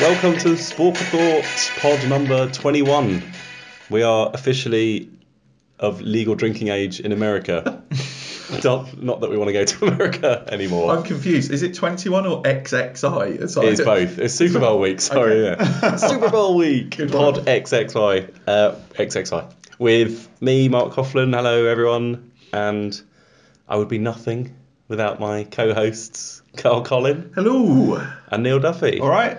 Welcome to Sport for Thoughts, pod number 21. We are officially of legal drinking age in America. not, not that we want to go to America anymore. I'm confused. Is it 21 or XXI? It's like- It's both. It's Super Bowl week. Sorry, Okay. yeah. Super Bowl week. Good Pod one. XXI. Uh, XXI. With me, Mark Coughlin. Hello, everyone. And I would be nothing without my co-hosts, Carl Collin Hello. and Neil Duffy. All right.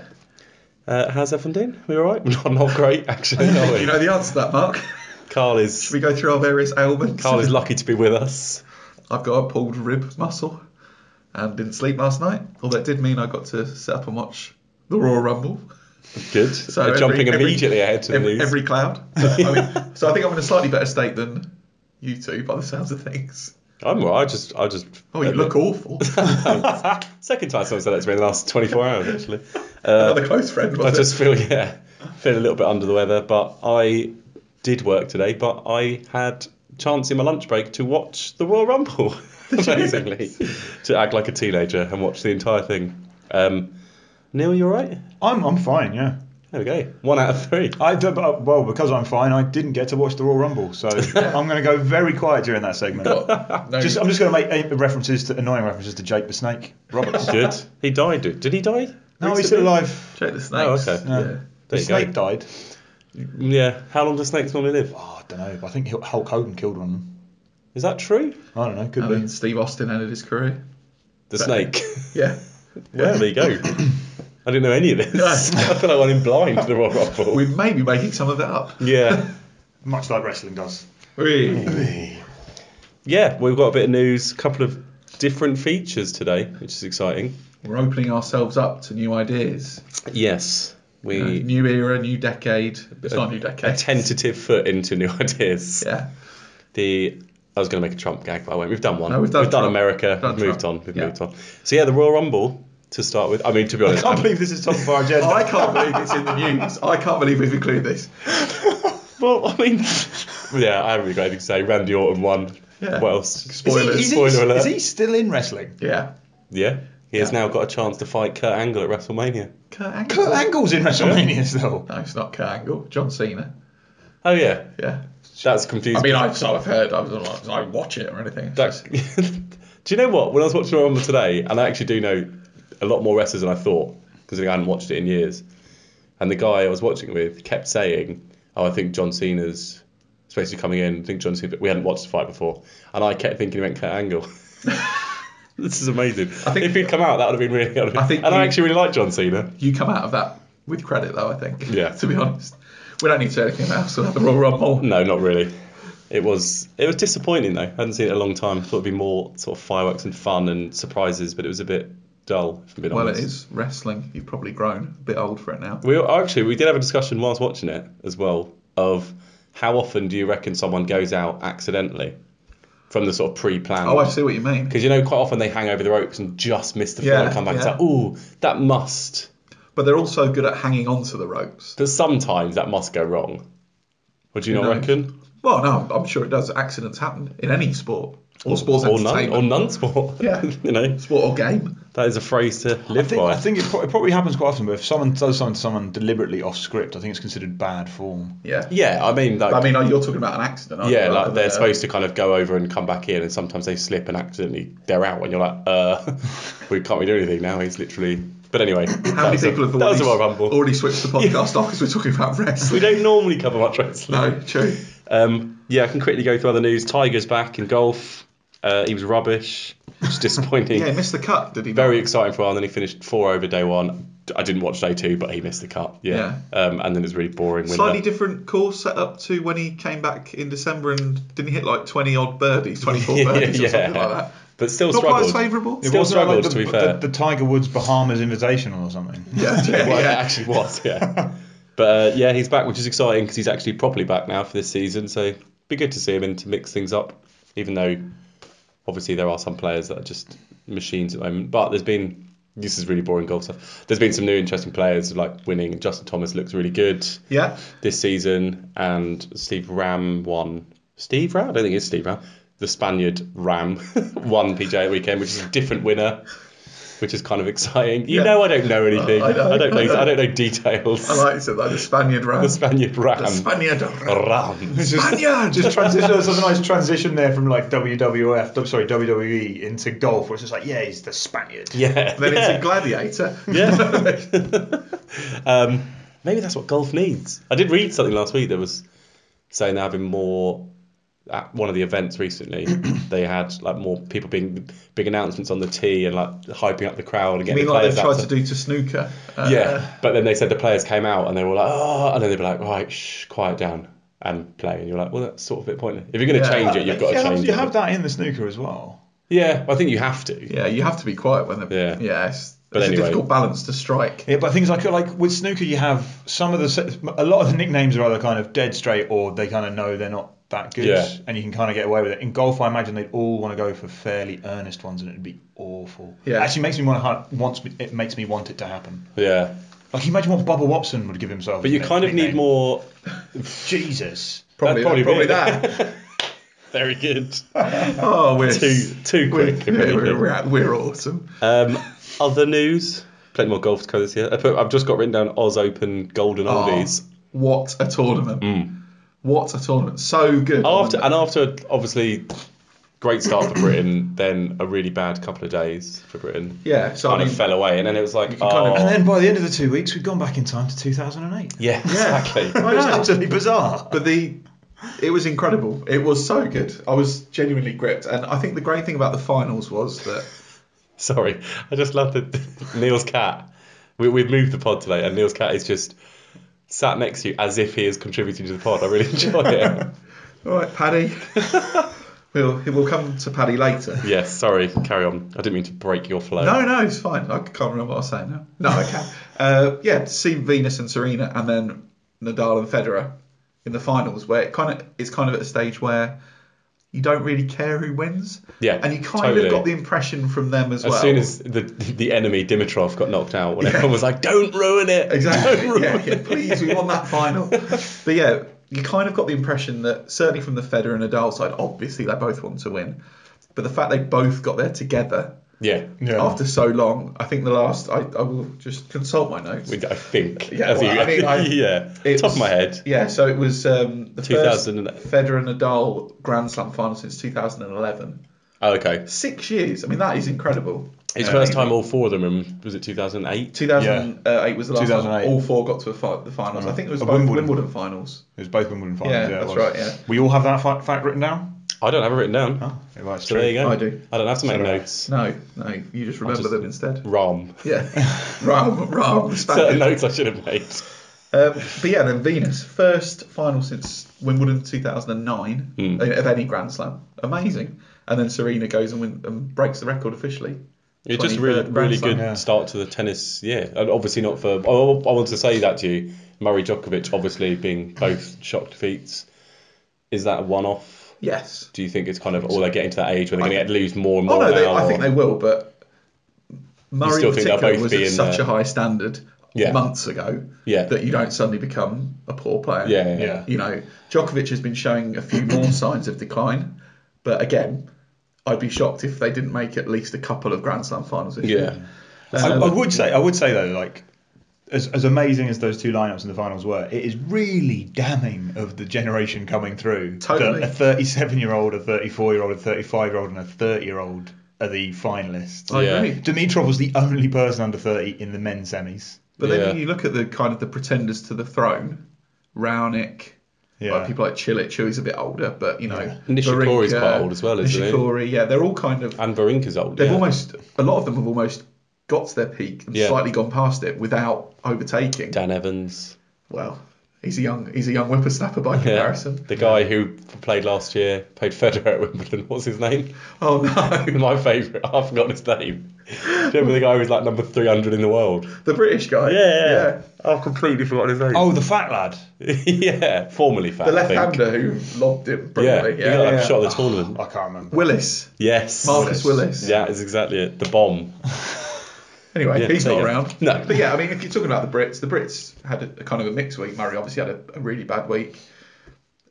Uh, how's everyone doing? We all right? Not, not great, actually. Are You we? know the answer to that, Mark. Carl is We go through our various ailments. Carl is lucky to be with us. I've got a pulled rib muscle and didn't sleep last night. Although it did mean I got to sit up and watch the Royal Rumble. Good. So Uh, every- jumping every- immediately ahead to the Every, news. every cloud. I mean, so I think I'm in a slightly better state than you two by the sounds of things. I'm all right. I just, I just. Oh, you look awful. Second time someone said that to me in the last 24 hours, actually. Uh, Another close friend, I was just it? feel yeah, feel a little bit under the weather. But I did work today, but I had chance in my lunch break to watch the Royal Rumble, amazingly, to act like a teenager and watch the entire thing. Um, Neil, you all right? I'm I'm fine, yeah. There we go. One out of three. I d- uh, well because I'm fine. I didn't get to watch the Royal Rumble, so I'm going to go very quiet during that segment. No, Just I'm just going to make uh, references to annoying references to Jake the Snake Roberts. Good. He died. Did did he die? no, he's still Recently? alive. check the snakes. oh, okay. No. Yeah. The There you go. snake died. Yeah. How long do snakes normally live? Oh, I don't know. I think Hul- Hulk Hogan killed one. of them. Is that true? I don't know. Could I be. mean, Steve Austin ended his career. The But- snake. Yeah. Well, there you go. I didn't know any of this. I feel like I went in blind to the Royal Rumble. We may be making some of that up. yeah. Much like wrestling does. Really? Yeah, we've got a bit of news, a couple of different features today, which is exciting. We're opening ourselves up to new ideas. Yes, You know, we new era, new decade. It's not a new decade. a tentative foot into new ideas. Yeah. The I was going to make a Trump gag, but I won't. We've done one. No, we've done Trump. America. Done we've moved Trump. on. We've Yeah. moved on. So yeah, the Royal Rumble to start with. I mean, to be I honest, can't I'm- believe this is top of our agenda. I can't believe it's in the news. I can't believe we've included this. well, I mean, yeah, I haven't really got anything to say. Randy Orton won. Yeah. What else? Is he- Spoilers. is he- Spoiler alert. Is he still in wrestling? Yeah. Yeah, he has Yeah. now got a chance to fight Kurt Angle at WrestleMania. Kurt Angle. Kurt Angle's in WrestleMania still. No, it's not Kurt Angle. John Cena. Oh yeah, Yeah. that's I confusing. mean, I've sort of heard. I was like, I didn't watch it or anything. That, do you know what? When I was watching Royal Rumble today, and I actually do know a lot more wrestlers than I thought because I hadn't watched it in years. And the guy I was watching it with kept saying, "Oh, I think John Cena's especially coming in. I think John Cena. We hadn't watched the fight before, and I kept thinking he meant Kurt Angle." this is amazing. I think- think if he'd come out, that would have been really. that would've been- I think and you- I actually really like John Cena. You come out of that with credit, though. I think. Yeah. to be honest, we don't need to say anything else about the Royal Rumble. No, not really. It was it was disappointing though. I hadn't seen it in a long time. I thought it'd be more sort of fireworks and fun and surprises, but it was a bit dull. If I'm being Well, it honest. is wrestling. You've probably grown a bit old for it now. We were- actually we did have a discussion whilst watching it as well of how often do you reckon someone goes out accidentally from the sort of pre-plan? Oh, I see what you mean. Because you know quite often they hang over the ropes and just miss the floor Yeah, and come back. It's yeah. like, ooh, that must. But they're also good at hanging on to the ropes. But sometimes that must go wrong. Would you not knows? reckon? Well, no, I'm sure it does. Accidents happen in any sport or sports Or none, entertainment, or none sport. Yeah. you know, sport or game. that is a phrase to I live think, by. I think it, pro- it probably happens quite often, but if someone does something to someone deliberately off script, I think it's considered bad form. Yeah. yeah, I mean, like, I mean, uh, oh, you're talking about an accident. Aren't yeah, you? like they're supposed to kind of go over and come back in, and sometimes they slip and accidentally they're out, and you're like, uh, we can't really do anything now. He's literally. But anyway, How many people have that was already, a Royal Rumble. already switched the podcast off because we're talking about we wrestling? don't normally cover much wrestling. No, true. Um, yeah, I can quickly go through other news. Tiger's back in golf. Uh, he was rubbish, which is disappointing. Yeah, he missed the cut, did he? Very exciting for a while, and then he finished four over day one. I didn't watch day two, but he missed the cut. Yeah. Um, and then it was really boring. not? Winner. Slightly different course set up to when he came back in December and didn't hit like 20 odd birdies, 24 birdies or something like that. But still Not quite as struggled. favourable. Still Wasn't that struggled, the, to be fair. The, the Tiger Woods Bahamas Invitational or something. Yeah, yeah, well, yeah. it actually was, yeah. but uh, yeah, he's back, which is exciting because he's actually properly back now for this season. So be good to see him and to mix things up, even though obviously there are some players that are just machines at the moment. But there's been this is really boring golf stuff. There's been some new interesting players like winning. Justin Thomas looks really good Yeah. this season, and Steve Ram won. Steve Ram? I don't think it's Steve Ram. The Spaniard Ram won PGA weekend, which is a different winner. which is kind of exciting. You Yeah. know, I don't know anything. I know. I don't know. I don't know details. I like to like the Spaniard round. the Spaniard Ram. The Spaniard round. Ram. Spaniard. Just transition. There's a nice transition there from like WWF, I'm sorry WWE into golf, where it's just like, yeah, he's the Spaniard. Yeah. then yeah. it's a gladiator. Yeah. um, maybe that's what golf needs. I did read something last week that was saying they're having more at one of the events recently. they had like more people being big announcements on the tee and like hyping up the crowd and I getting mean, the like players they've out. tried to- to do to snooker. Uh, yeah, but then they said the players came out and they were like, oh, and then they'd be like, right, shh, quiet down and play. And you're like, well, that's sort of a bit pointless. If you're going to Yeah. change it, you've got you to have, change you it. have that in the snooker as well. Yeah, I think you have to. Yeah, you have to be quiet when they're. Yeah. Yeah. It's, But it's anyway. a difficult balance to strike. Yeah, but things like like with snooker, you have some of the se- a lot of the nicknames are either kind of dead straight or they kind of know they're not that good, Yeah. and you can kind of get away with it. In golf, I imagine they'd all want to go for fairly earnest ones, and it'd be awful. Yeah. actually makes me want to ha- wants me, it makes me want it to happen. Yeah. Like imagine what Bubba Watson would give himself. But you kind of need more. Jesus. Probably, That'd probably probably be that. Very good. Oh, we're Too, too we're, quick. if yeah, we're, anything. we're, at- we're awesome. Um, other news. Plenty more golf to go this year. I put, I've just got written down Oz Open Golden Oh, Oldies. what a tournament! Mm. What a tournament! So good. After and after, obviously, great start for Britain. Then a really bad couple of days for Britain. yeah, so I Kind mean, of fell away, and then it was like, oh, can kind of- And then by the end of the two weeks, we'd gone back in time to 2008. yeah, exactly. I It's know. absolutely bizarre. But the it was incredible. It was so good. I was genuinely gripped. And I think the great thing about the finals was that Sorry, I just love that Neil's cat. We, we've moved the pod today, and Neil's cat is just sat next to you as if he is contributing to the pod. I really enjoy it. all right, Paddy. we'll we'll come to Paddy later. yes, sorry, carry on. I didn't mean to break your flow. No, no, it's fine. I can't remember what I was saying now. No, I can. uh, yeah, to see Venus and Serena, and then Nadal and Federer in the finals, where it kind of it's kind of at a stage where you don't really care who wins. Yeah, and you kind totally. of got the impression from them as, As well. soon as the the enemy Dimitrov got knocked out, when everyone was like, "Don't ruin it!" Exactly. yeah, yeah, please, we won that final. But yeah, you kind of got the impression that certainly from the Federer and Nadal side, obviously they both want to win, but the fact they both got there together Yeah. Yeah. after so long, I think the last I, I will just consult my notes. We- I think. Yeah, well, I mean, I- yeah. it Top was- of my head. Yeah, so it was um, the 2000 first Federer and Nadal Grand Slam final since 2011. Oh, okay. Six years. I mean, that is incredible. His Uh, first time all four of them in, was it 2008? 2008 was the last 2008. time all four got to a fi- the finals. I think it was Mm. A both Wimbledon. Wimbledon. finals. It was both Wimbledon finals. Yeah, it that's was. right, yeah. We all have that fact, fact written down. I don't have it written down. Oh, yeah, well, that's so there you true. go. I do. I don't have to make So do I. notes. No, no, you just remember just- them instead. Rom. Yeah, Ram, Ram, Certain Spaniard. notes I should have made. Um, but yeah, then Venus, first final since Wimbledon 2009 Hmm. uh, of any Grand Slam. Amazing. And then Serena goes and, win, and breaks the record officially. It's just 23rd really, Grand really Slam. good yeah. start to the tennis year. And obviously not for. Oh, I want to say that to you. Murray Djokovic, obviously being both shock defeats. Is that a one-off? Yes. Do you think it's kind of all they're getting to that age where they're going to get lose more and Oh more no, they, now? I think or- they will, but Murray still in think they'll particular both was be at in such the- a high standard Yeah. months ago Yeah. that you don't suddenly become a poor player. Yeah, yeah, Yeah. You know, Djokovic has been showing a few more signs of decline, but again, I'd be shocked if they didn't make at least a couple of Grand Slam finals this yeah. year. Um, I, I would say, I would say though, like as, as amazing as those two lineups in the finals were, it is really damning of the generation coming through. Totally. That a 37 year old, a 34 year old, a 35 year old, and a 30 year old are the finalists. I Yeah. agree. Dimitrov was the only person under 30 in the men's semis. But then Yeah. when you look at the kind of the pretenders to the throne, Raonic, Yeah. like people like Chilich, who is a bit older, but you know, Yeah. Nishikori's Wawrinka, quite old as well, isn't he? Nishikori, yeah, they're all kind of And Varinka's old. they've yeah. almost a lot of them have almost got to their peak and Yeah. slightly gone past it without overtaking. Dan Evans. Well, he's a young he's a young whippersnapper by Yeah. comparison. The guy who played last year, played Federer at Wimbledon. What's his name? Oh no, My favourite. I've forgotten his name. Do you remember the guy who was like number 300 in the world? the British guy. I've completely forgotten his name. Oh, the fat lad. yeah. Formerly fat. The I think. left-hander who lobbed him. Yeah. Probably. He got like yeah. Ah, shot at the tournament. I can't remember. Willis, Yes. Marcus Willis. Yeah, is exactly it. The bomb. Anyway, Yeah, he's there not you go. around. No. But yeah, I mean, if you're talking about the Brits, the Brits had a, a kind of a mixed week. Murray obviously had a, a really bad week,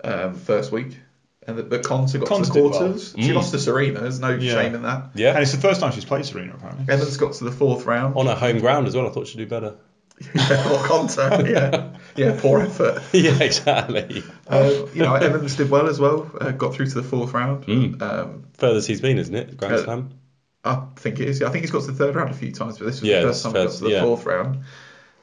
um, first week. and that, but Conta got Conta to did the quarters. well. She Mm. lost to Serena. There's no Yeah. shame in that. Yeah. And it's the first time she's played Serena, apparently. Evans got to the fourth round. on her home ground as well. I thought she'd do better. or Conta. Yeah, yeah. Poor effort. yeah, exactly. Uh, you know, Evans did well as well. Uh, got through to the fourth round. Mm. Um, Furthest he's been, isn't it? Grand Uh, Slam. I think it is. I think he's got to the third round a few times, but this was Yeah, the first time he got first- to the yeah. fourth round.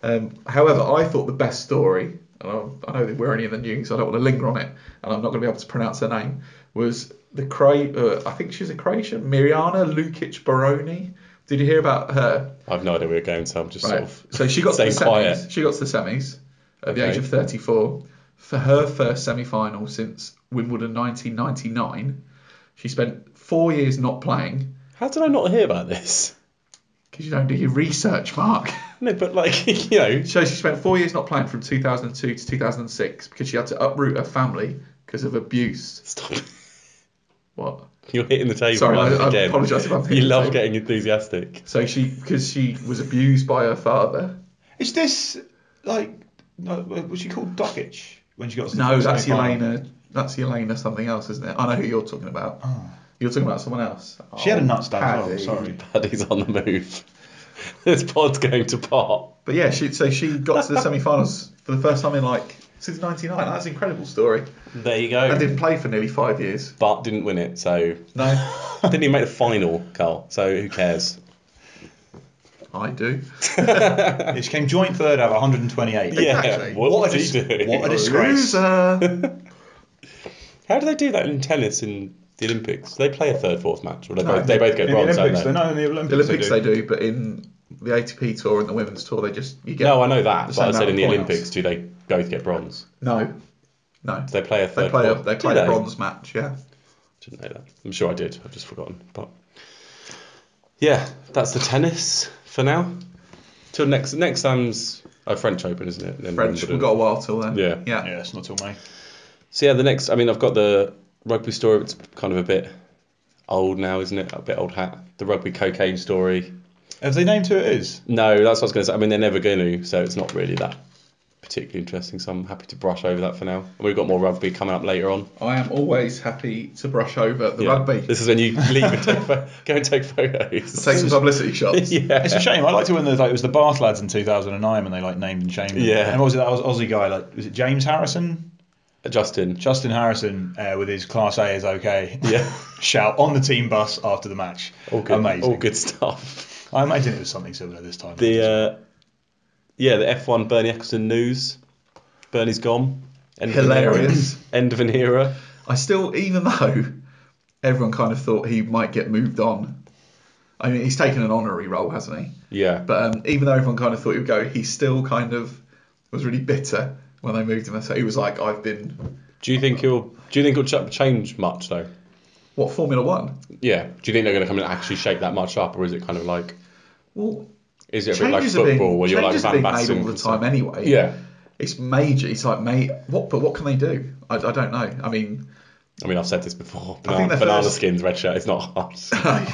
Um, however, I thought the best story, and I, I know that we're only in the news, so I don't want to linger on it, and I'm not going to be able to pronounce her name, was the Cro- uh, I think she's a Croatian, Mirjana Lukic Baroni. Did you hear about her? I've no idea where we're going, so I'm just sort Right. of. So she got to the staying semis. quiet. She got to the semis at the Okay. age of 34 for her first semi-final since Wimbledon 1999. She spent four years not playing How did I not hear about this? because you don't do your research, Mark. No, but like you know, So she spent four years not playing from 2002 to 2006 because she had to uproot her family because of abuse. stop. What? You're hitting the table Sorry, Mark, I- I again. apologise if I'm hitting You the love table. getting enthusiastic. So she because she was abused by her father. Is this like no, uh, was she called Dokic when she got? to the No, first that's semi-final? Elena. That's Elena something else, isn't it? I know who you're talking about. Oh. You're talking about someone else. She had a Oh, nuts down as well. Paddy. Sorry. Paddy's on the move. this pod's going to pot. But yeah, she so she got to the semi-finals for the first time in like since '99. That's an incredible story. There you And go. didn't play for nearly five years. But didn't win it, so No, didn't even make the final, Carl. So who cares? I do. Yeah, she came joint third out of 128. Exactly. Yeah. What, What a did he dis- do? what a disgrace. Loser. How do they do that in tennis in the Olympics? Do they play a third, fourth match, or they, No, both, they both In get the bronze, don't Olympics, they? they no, in the Olympics, The Olympics they they do. do. but in the ATP tour and the women's tour, they just you get No, I know that, but same I said amount in the of points. Olympics, do they both get bronze? no, no. Do they play a third? They play a fourth? they Do play a bronze match, yeah. Didn't know that. I'm sure I did. I've just forgotten. But yeah, that's the tennis for now. Till next next time's oh, French Open, isn't it? Then French. Wimbledon. We've got a while till then. Yeah. yeah. Yeah, it's not till May. So yeah, the next. I mean, I've got the rugby story. It's kind of a bit old now, isn't it? A bit old hat. The rugby cocaine story. Have they named who it is? No, that's what I was going to say. I mean, they're never going to, so it's not really that particularly interesting. So I'm happy to brush over that for now. We've got more rugby coming up later on. I am always happy to brush over the Yeah. rugby. This is when you leave and take pho- go and take photos. Take some publicity shots. yeah. It's a shame. I liked it when the, like, it was the Bath lads in 2009 when they like named and shamed. them. Yeah. And what was it that Aus- Aussie guy? Like, was it James Harrison? Justin. Justin Harrison uh, with his Class A is okay. Yeah. Shout on the team bus after the match. All good. Amazing. All good stuff. I imagine it was something similar this time. The uh, yeah, the F1 Bernie Eccleston news. Bernie's gone. End of an era. Hilarious. End of an era. I still, even though everyone kind of thought he might get moved on. I mean, he's taken an honorary role, hasn't he? Yeah. But um, even though everyone kind of thought he would go, he still kind of was really bitter when they moved him. So he was like, "I've been do you think he'll? Do you think he'll ch- change much though? what Formula One? Yeah. Do you think they're going to come and actually shake that much up, or is it kind of like? Well, Is it a bit like changes are being, football where you're like changes are being Van made Basten? all the time anyway. Yeah. it's major. It's like, mate, what? But what can they do? I, I don't know. I mean, I mean, I've said this before. I think Banana, the banana first- skins, red shirt. It's not hard.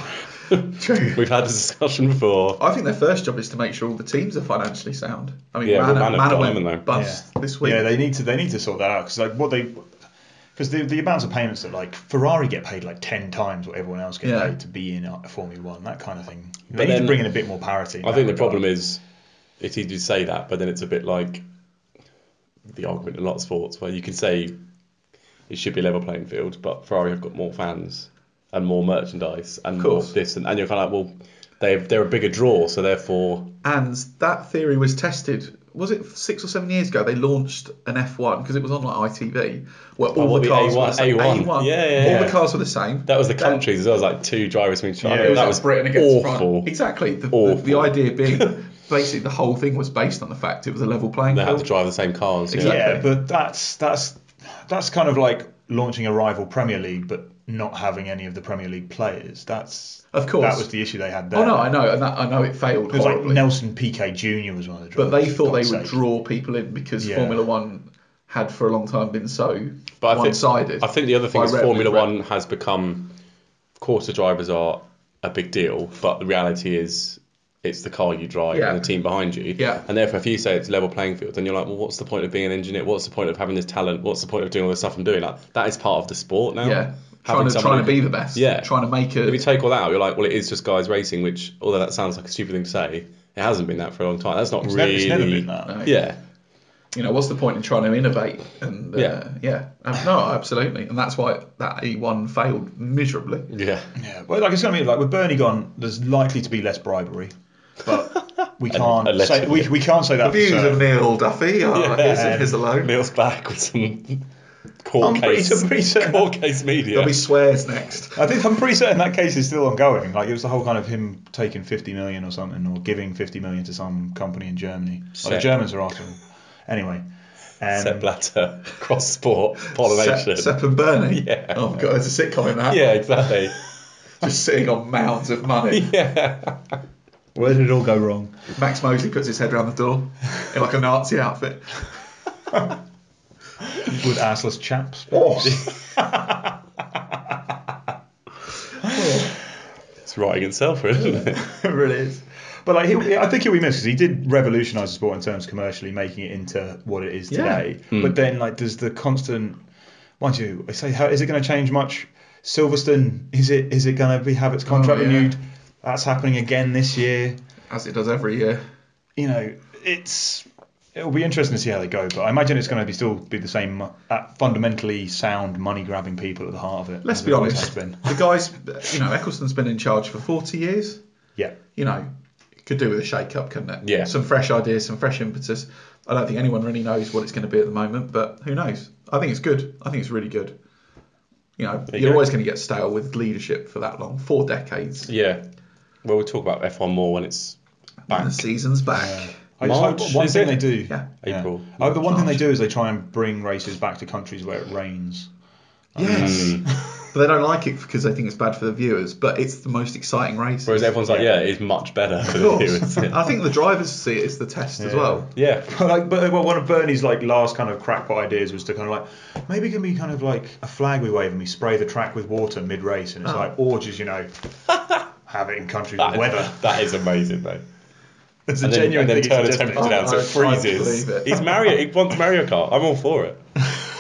true. We've had this discussion before. I think their first job is to make sure all the teams are financially sound. I mean, Yeah, well, Man, Man have Man done, went haven't they? bust this week. Yeah, they need to they need to sort that out because like what they because the, the amounts of payments that like Ferrari get paid like ten times what everyone else gets Yeah. paid to be in uh, Formula One that kind of thing. They But need then- to bring in a bit more parity. I think the problem is it's easy to say that, but then it's a bit like the argument in a lot of sports where you can say it should be a level playing field, but Ferrari have got more fans and more merchandise and more course. this and, and you're kind of like, well, they they're a bigger draw, so therefore And that theory was tested. Was it six or seven years ago? They launched an F1 because it was on like ITV, where all what, the Oh, the cars were A1? the same. A1. Yeah, yeah, all yeah. the cars were the same. that was the Then- countries as well. It was like two drivers from each other. Yeah, it was that like was Britain against awful. France. Exactly. The, Awful. The, the idea being, basically, the whole thing was based on the fact it was a level playing They had to field. drive the same cars. Exactly. Yeah, but that's that's that's kind of like launching a rival Premier League, but not having any of the Premier League players. That's Of course. that was the issue they had there. Oh no, I know, and that, I know it failed It was like horribly. Nelson Piquet Jr. was one of the but drivers. they thought for they God's would sake. draw people in because Yeah. Formula One had for a long time been so But I think, one-sided. I think the other thing by is rep- Formula rep- One has become quarter drivers are a big deal, but the reality is it's the car you drive Yeah. and the team behind you. Yeah. And therefore, if you say it's level playing field, then you're like, well, what's the point of being an engineer? What's the point of having this talent? What's the point of doing all the stuff I'm doing? Like that is part of the sport now. yeah. Trying Having to, someone trying to who- be the best. Yeah. Trying to make If you it. take all that out, you're like, well, it is just guys racing, which although that sounds like a stupid thing to say, it hasn't been that for a long time. That's not It's, never, really. it's never been that. Yeah. You know, what's the point in trying to innovate? And uh, yeah, Yeah. Um, no, absolutely. And that's why that E1 failed miserably. Yeah. Yeah. Well, like it's going to be like with Bernie gone, there's likely to be less bribery, but we can't Unless- say we, we can't say that. for Views of certain. Neil Duffy are Yeah. his, his alone. Neil's back with some court I'm pretty, case. I'm pretty certain. Court case media. There'll be swears next. I think I'm pretty certain that case is still ongoing. Like it was the whole kind of him taking 50 million or something, or giving 50 million to some company in Germany. Like the Set. Germans are after him. Anyway, Set um, blatter, cross sport, pollination. Sep, Sep and Bernie. Yeah. Oh, God, there's a sitcom in that. Yeah, exactly. Just sitting on mounds of money. yeah. where did it all go wrong? Max Mosley puts his head around the door in like a Nazi outfit. With assless chaps. Oh. It's writing itself, really, isn't it? it really is. But like, he, I think he'll be missed because he did revolutionise the sport in terms commercially, making it into what it is Yeah. today. But then, like, there's the constant. Mind you, I say, how is it going to change much? Silverstone, is it is it going to be have its contract Oh, yeah. renewed? That's happening again this year. As it does every year. You know, it's it'll be interesting to see how they go. But I imagine it's going to be still be the same, uh, fundamentally sound, money grabbing people at the heart of it. Let's as be it always honest. has been. The guys, you know, Eccleston's been in charge for 40 years. Yeah. You know, it could do with a shake up, couldn't it? Yeah. Some fresh ideas, some fresh impetus. I don't think anyone really knows what it's going to be at the moment, but who knows? I think it's good. I think it's really good. You know, you you're go. always going to get stale with leadership for that long, four decades. Yeah. Well, we'll talk about F1 more when it's And the season's back. I just hope March, one is thing it? they do. Yeah. April. I hope the one thing they do is they try and bring races back to countries where it rains. Yes. Mm. but they don't like it because they think it's bad for the viewers, but it's the most exciting race. Whereas everyone's like, yeah, it's much better for the Of viewers. course. Yeah. I think the drivers see it as the test as Yeah. well. yeah. But like, but well, one of Bernie's like last kind of crackpot ideas was to kind of like maybe it can be kind of like a flag we wave and we spray the track with water mid race and it's like or just you know have it in countries Ah. That with is, weather. that is amazing, though. It's a And then, genuine and then thing. he turn the suggested. temperature Oh, down so it I can't freezes. believe it. He's Mario. He wants Mario Kart. I'm all for it.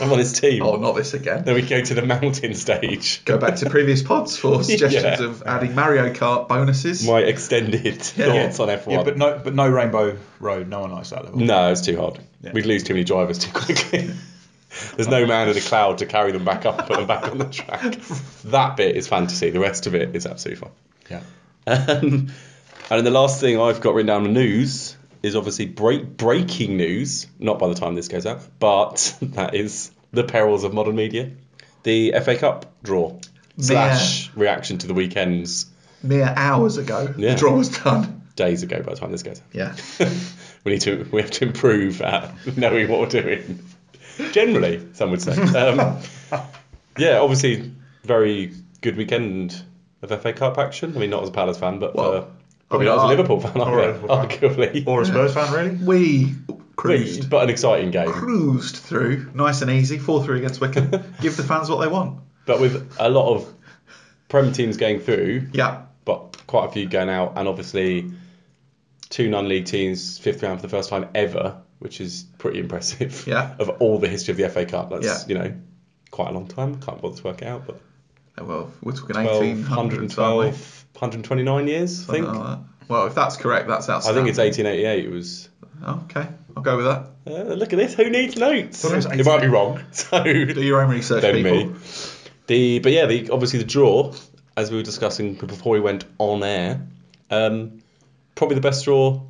I'm on his team. Oh, not this again. Then we go to the mountain stage. Go back to previous pods for suggestions Yeah. of adding Mario Kart bonuses. My extended thoughts on F1. yeah, but no, but no rainbow road. No one likes that level. No, it's too hard. Yeah. We'd lose too many drivers too quickly. There's no man in the cloud to carry them back up and put them back on the track. That bit is fantasy. The rest of it is absolutely fine. Yeah. Um, and then the last thing I've got written down in news is obviously break, breaking news, not by the time this goes out, but that is the perils of modern media. The FA Cup draw slash reaction to the weekends Mere hours ago, Yeah. the draw was done. days ago by the time this goes out. Yeah. we need to we have to improve at knowing what we're doing. Generally, some would say. Um, yeah, obviously, very good weekend of FA Cup action. I mean, not as a Palace fan, but Well, for, probably I not mean, as a I- Liverpool fan, or a are Liverpool fan. arguably. Or a Spurs fan, really? We But cruised. but an exciting game, Cruised through, nice and easy, 4 3 against Wickham. Give the fans what they want. but with a lot of Prem teams going through, Yeah. but quite a few going out, and obviously two non-league teams fifth round for the first time ever, which is pretty impressive. Yeah. Of all the history of the FA Cup, that's Yeah. you know quite a long time. Can't bother to work it out, but Oh, Well, we're talking 12, 1800s, aren't we? 112, 129 years, I think. Something like that. Well, if that's correct, that's I outstanding. think it's 1888. It was. Oh, Okay, I'll go with that. Uh, look at this. Who needs notes? Well, it was It might be wrong. So Do your own research, Don't people. me. The but yeah, the obviously the draw, as we were discussing before we went on air, um, probably the best draw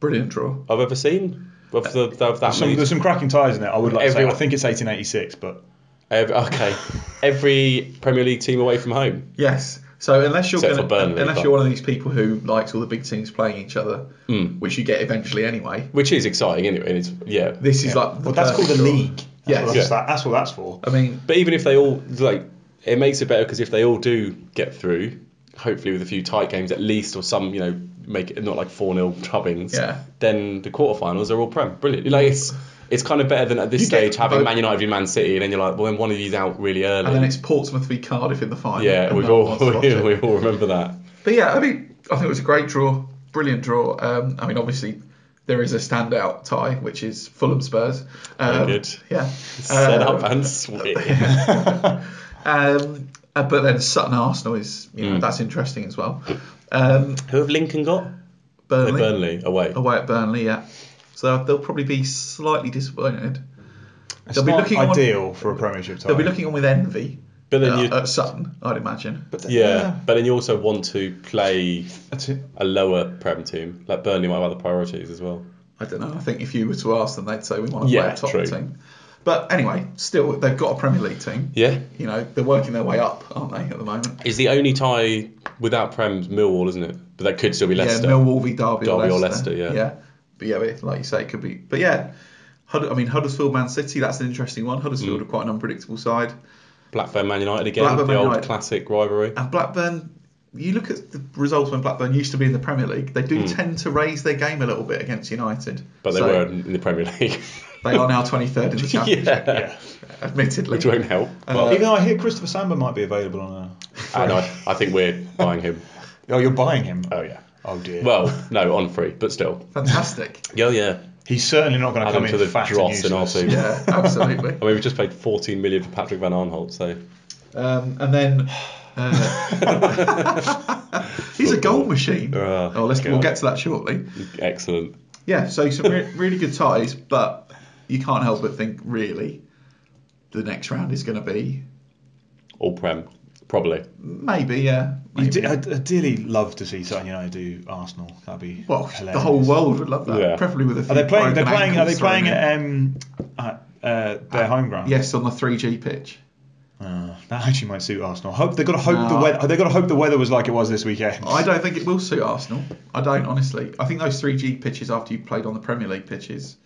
Brilliant draw. I've ever seen. Of, the, of that Some, many- there's some cracking ties in it. I would like to Everyone- say. I think it's 1886, but Every, okay, every Premier League team away from home. Yes. So unless you're Except for gonna, Burnley, unless but- you're one of these people who likes all the big teams playing each other, Hmm. which you get eventually anyway, which is exciting anyway. And it's yeah. this is like the well, that's called perfect a draw. league. That's Yeah. what Yeah. that's, that, that's what that's for. I mean, But even if they all like, it makes it better because if they all do get through, hopefully with a few tight games at least, or some you know make it not like four 0 drubbings. Yeah. Then the quarterfinals are all prem. Brilliant. Like it's it's kind of better than at this You get stage having both- Man United and Man City, and then you're like, well, then one of these out really early. and then it's Portsmouth v Cardiff in the final. yeah, and we've no one all wants to watch we, it. we all remember that. But yeah, I mean, I think it was a great draw. brilliant draw. Um, I mean, obviously, there is a standout tie, which is Fulham Spurs. Um, good. Yeah. Set Um, up and swing. Um, uh, but then Sutton Arsenal is, you know, Mm. that's interesting as well. Um, Who have Lincoln got? Oh, Burnley, Burnley away. away at Burnley, yeah. So they'll probably be slightly disappointed. It's They'll be not looking on- ideal for a Premiership tie. They'll be looking on with envy But then uh, you, at Sutton, I'd imagine. But th- yeah. But then you also want to play That's it. a lower prem team. Like Burnley might have other priorities as well. I don't know. I think if you were to ask them, they'd say we want to play Yeah, a top true. team. But anyway, still they've got a Premier League team. Yeah. You know they're working their way up, aren't they, at the moment? Is the only tie without prems Millwall, isn't it? But that could still be Leicester. Yeah, Millwall v Derby, Derby or or Leicester. Leicester, yeah. Yeah, but yeah, but like you say, it could be. But yeah, Hud- I mean Huddersfield, Man City. That's an interesting one. Huddersfield Mm. are quite an unpredictable side, Blackburn Man United again, Blackburn the Man old United. Uh, classic rivalry. and Blackburn. You look at the results when Blackburn used to be in the Premier League. They do Mm. tend to raise their game a little bit against United. But they So were in the Premier League. They are now 23rd in the championship, yeah. Yeah. admittedly. Uh, Which won't help. Well, Even though I hear Christopher Samba might be available on and I, I think we're buying him. a. Oh, you're buying him? Oh, yeah. Oh dear. Well, no, on free, but still. Fantastic. Yeah, yeah. he's certainly not going to Add come him in to the fat and dross in our useless. team. Yeah, absolutely. I mean, we just paid 14 million for Patrick Van Arnholt, so Um, and then uh, he's a goal machine. Oh, oh, let's, we'll God. get to that shortly. excellent. Yeah, so some re- really good ties, but you can't help but think really the next round is going to be All prem, probably. maybe yeah. You maybe. d- I'd, I'd dearly love to see Sutton United do Arsenal. That'd be well, hilarious. the whole world would love that, Yeah. preferably with a few Are they playing? They're broken playing. Are they ankles thrown playing in. at um, at, uh, their home ground? Yes, on the 3G pitch. Uh, that actually might suit Arsenal. Hope they got to hope the No. weather. They got to hope the weather was like it was this weekend. I don't think it will suit Arsenal. I don't honestly. I think those 3G pitches after you played on the Premier League pitches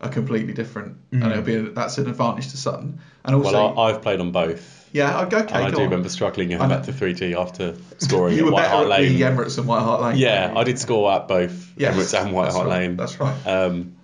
are completely different, Mm. and it'll be a, that's an advantage to Sutton. And also, Well, I, I've played on both. yeah, okay, And I go do on. remember struggling I going know. back to 3G after scoring You at were White Hart better at Lane. the Emirates and White Hart Lane. Yeah, I did score at both Yes, Emirates and White that's Hart right, Lane. That's right. Um,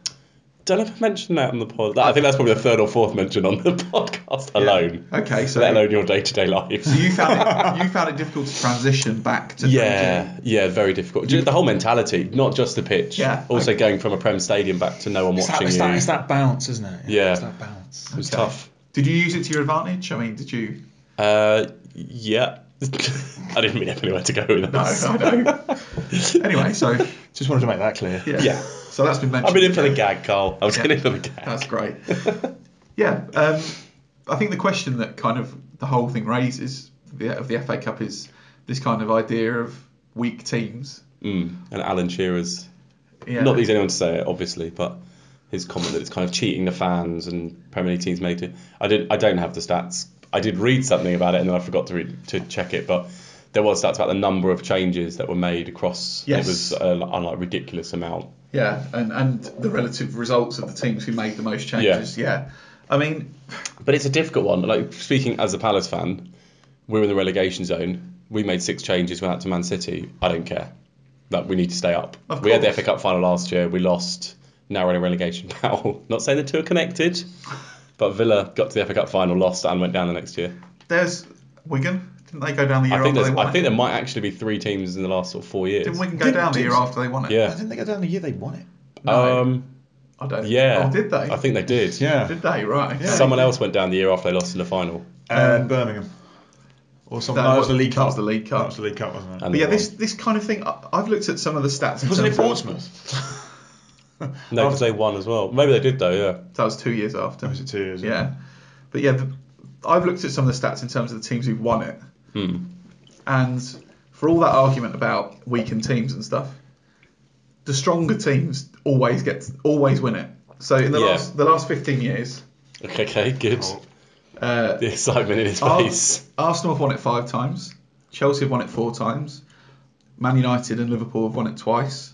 don't know if I mentioned that on the pod. I think that's probably the third or fourth mention on the podcast Yeah. alone, Okay, so let alone your day to day life. So you found it, you found it difficult to transition back to 3G. Yeah, yeah, very difficult. Ju- The whole mentality, not just the pitch. Yeah. Also going from a prem stadium back to no one It's that, watching it's, you. that, it's that bounce, isn't it? Yeah. It's that bounce. It was Okay. tough. Did you use it to your advantage? I mean, did you? Uh, yeah. I didn't really have anywhere to go with No, that. I don't. anyway, so Just wanted to make that clear. yeah. Yeah. So that's been mentioned. I'm in it for the gag, Carl. I was in it for the gag. That's great. yeah, um, I think the question that kind of the whole thing raises the, of the FA Cup is this kind of idea of weak teams. Mm. And Alan Shearer's Yeah. not that he's anyone to say it, obviously, but his comment that it's kind of cheating the fans and Premier League teams made it. I did. I don't have the stats. I did read something about it and then I forgot to read, to check it, but there was stats about the number of changes that were made across. Yes. It was a, a like, ridiculous amount. Yeah, and, and the relative results of the teams who made the most changes. Yeah. I mean, But it's a difficult one. Like speaking as a Palace fan, we're in the relegation zone. We made six changes. We went out to Man City. I don't care. Like we need to stay up. Of we had the course. FA Cup final last year. We lost. Now we're in a relegation battle. Not saying the two are connected, but Villa got to the FA Cup final, lost, and went down the next year. there's Wigan. Didn't they go down the year I think after there's, they won I it? think there might actually be three teams in the last sort of four years. Didn't Wigan go Didn't- down the year didn't- after they won it? Yeah. I didn't they go down the year they won it? No. Um, I don't. yeah. Oh, did they? I think they did. Yeah. Did they? Right. Yeah. Someone else went down the year after they lost in the final. Uh, Um, Birmingham. Or something. That That, was- was the League that Cup. was the League Cup. That was the League Cup, wasn't it? And But yeah, they won. this this kind of thing. I, I've looked at some of the stats. in Wasn't it terms of- Portsmouth? Oh. No, because they won as well. Maybe they did though. Yeah. That was two years after. Or was it two years? Yeah, but yeah, the, I've looked at some of the stats in terms of the teams who've won it, Hmm. and for all that argument about weakened teams and stuff, the stronger teams always get always win it. So in the Yeah. last the last 15 years, Okay. Okay. Good. Oh. uh, The excitement in his Ar- face. Arsenal have won it five times, Chelsea have won it four times, Man United and Liverpool have won it twice,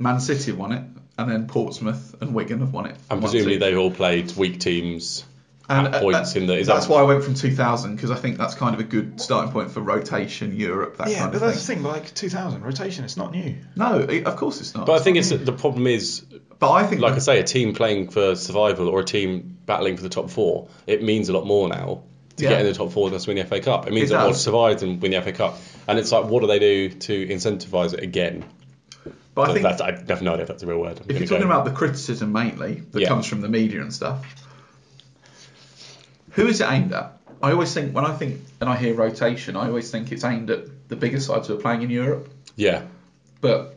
Man City have won it, and then Portsmouth and Wigan have won it. And once presumably each. they all played weak teams. and at uh, points that- in the- is that's that- why I went from 2000 because I think that's kind of a good starting point for rotation Europe that Yeah, kind of but that's thing. the thing. Like 2000 rotation, it's not new. No, it- of course it's not. But I think it's the problem is, But I think like I say, a team playing for survival or a team battling for the top four, it means a lot more now to Yeah. get in the top four than to win the FA Cup. It means It a lot more to does. survive than win the FA Cup. And it's like, what do they do to incentivise it again? But I think That's, I have no idea if that's a real word. I'm if gonna you're talking go- about the criticism mainly that Yeah. comes from the media and stuff, who is it aimed at? I always think when I think and I hear rotation, I always think it's aimed at the bigger sides who are playing in Europe. yeah, But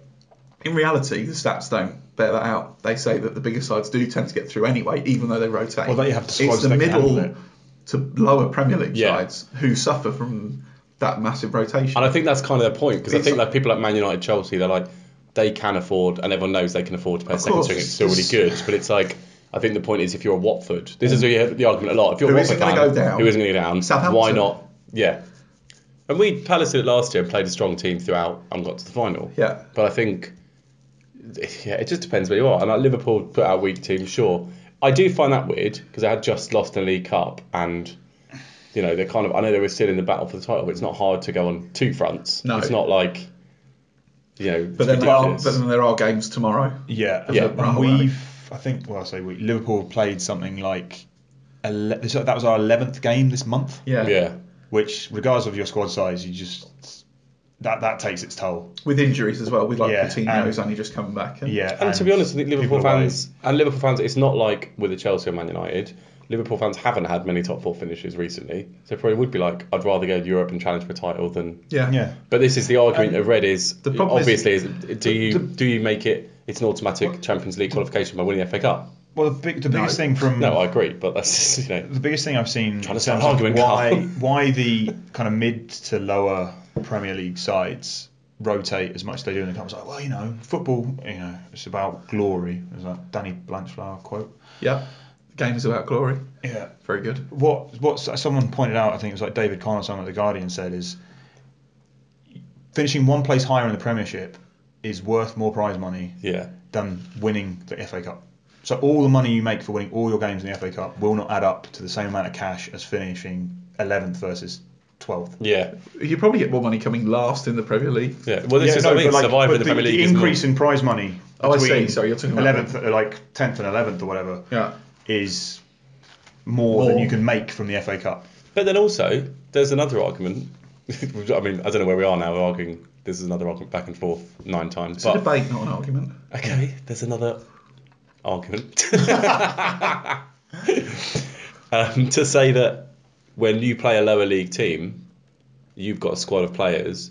in reality, the stats don't bear that out. They say that the bigger sides do tend to get through anyway, even though they rotate. Well, they have the it's squads the that can middle handle it. to lower Premier League Yeah. sides who suffer from that massive rotation. and I think that's kind of their point because I It's- think like people like Man United, Chelsea, they're like they can afford, and everyone knows they can afford to pay a second course, string. It's still really it's- good, but it's like. I think the point is, if you're a Watford, this is the, the argument a lot. If you're Who a isn't Watford fan, gonna go down? who isn't going to go down? Why Southampton. not? Yeah, and we Palace did it last year and played a strong team throughout and got to the final. yeah. But I think, yeah, it just depends where you are. And like Liverpool put out weak teams, sure. I do find that weird because they had just lost in the League Cup and, you know, they're kind of, I know they were still in the battle for the title, but it's not hard to go on two fronts. No. It's not like, you know, But then, there are, ridiculous. but then there are games tomorrow. Yeah, Yeah. And we've, I think, well, I say we, Liverpool played something like, ele- so that was our 11th game this month, Yeah. yeah. which, regardless of your squad size, you just, that that takes its toll. With injuries as well, with like Yeah, Coutinho who's only just come back. And, Yeah. And, to be honest, I think Liverpool people away. fans, and Liverpool fans, it's not like with the Chelsea or Man United. Liverpool fans haven't had many top four finishes recently. So probably would be like, I'd rather go to Europe and challenge for a title than Yeah. Yeah. But this is the argument I've read is the problem is- obviously is, do you the- do you make it? It's an automatic Champions League qualification by winning the FA Cup. Well, the, big, the No. biggest thing from No, I agree, but that's you know the biggest thing I've seen in Trying to sound terms of argument, why Carl. why the kind of mid to lower Premier League sides rotate as much as they do in the cup. It's like, well, you know, football, you know, it's about glory. It's like Danny Blanchflower quote. Yeah. The game is about glory. Yeah. Very good. What what someone pointed out, I think it was like David Conn or someone at the Guardian said is finishing one place higher in the Premiership is worth more prize money yeah. than winning the FA Cup. So all the money you make for winning all your games in the FA Cup will not add up to the same amount of cash as finishing 11th versus 12th. Yeah, You probably get more money coming last in the Premier League. yeah. Well, this is what I mean. but like- Surviving but the Premier League The is more- increase in prize money. Oh, I see. between Sorry, you're talking about- 11th, uh, like 10th and 11th or whatever, Yeah. is more, than More. you can make from the FA Cup. But then also, there's another argument. I mean, I don't know where we are now. We're arguing. This is another argument back and forth nine times. It's but a debate, not an argument. Okay, there's another argument. um, to say that when you play a lower league team, you've got a squad of players.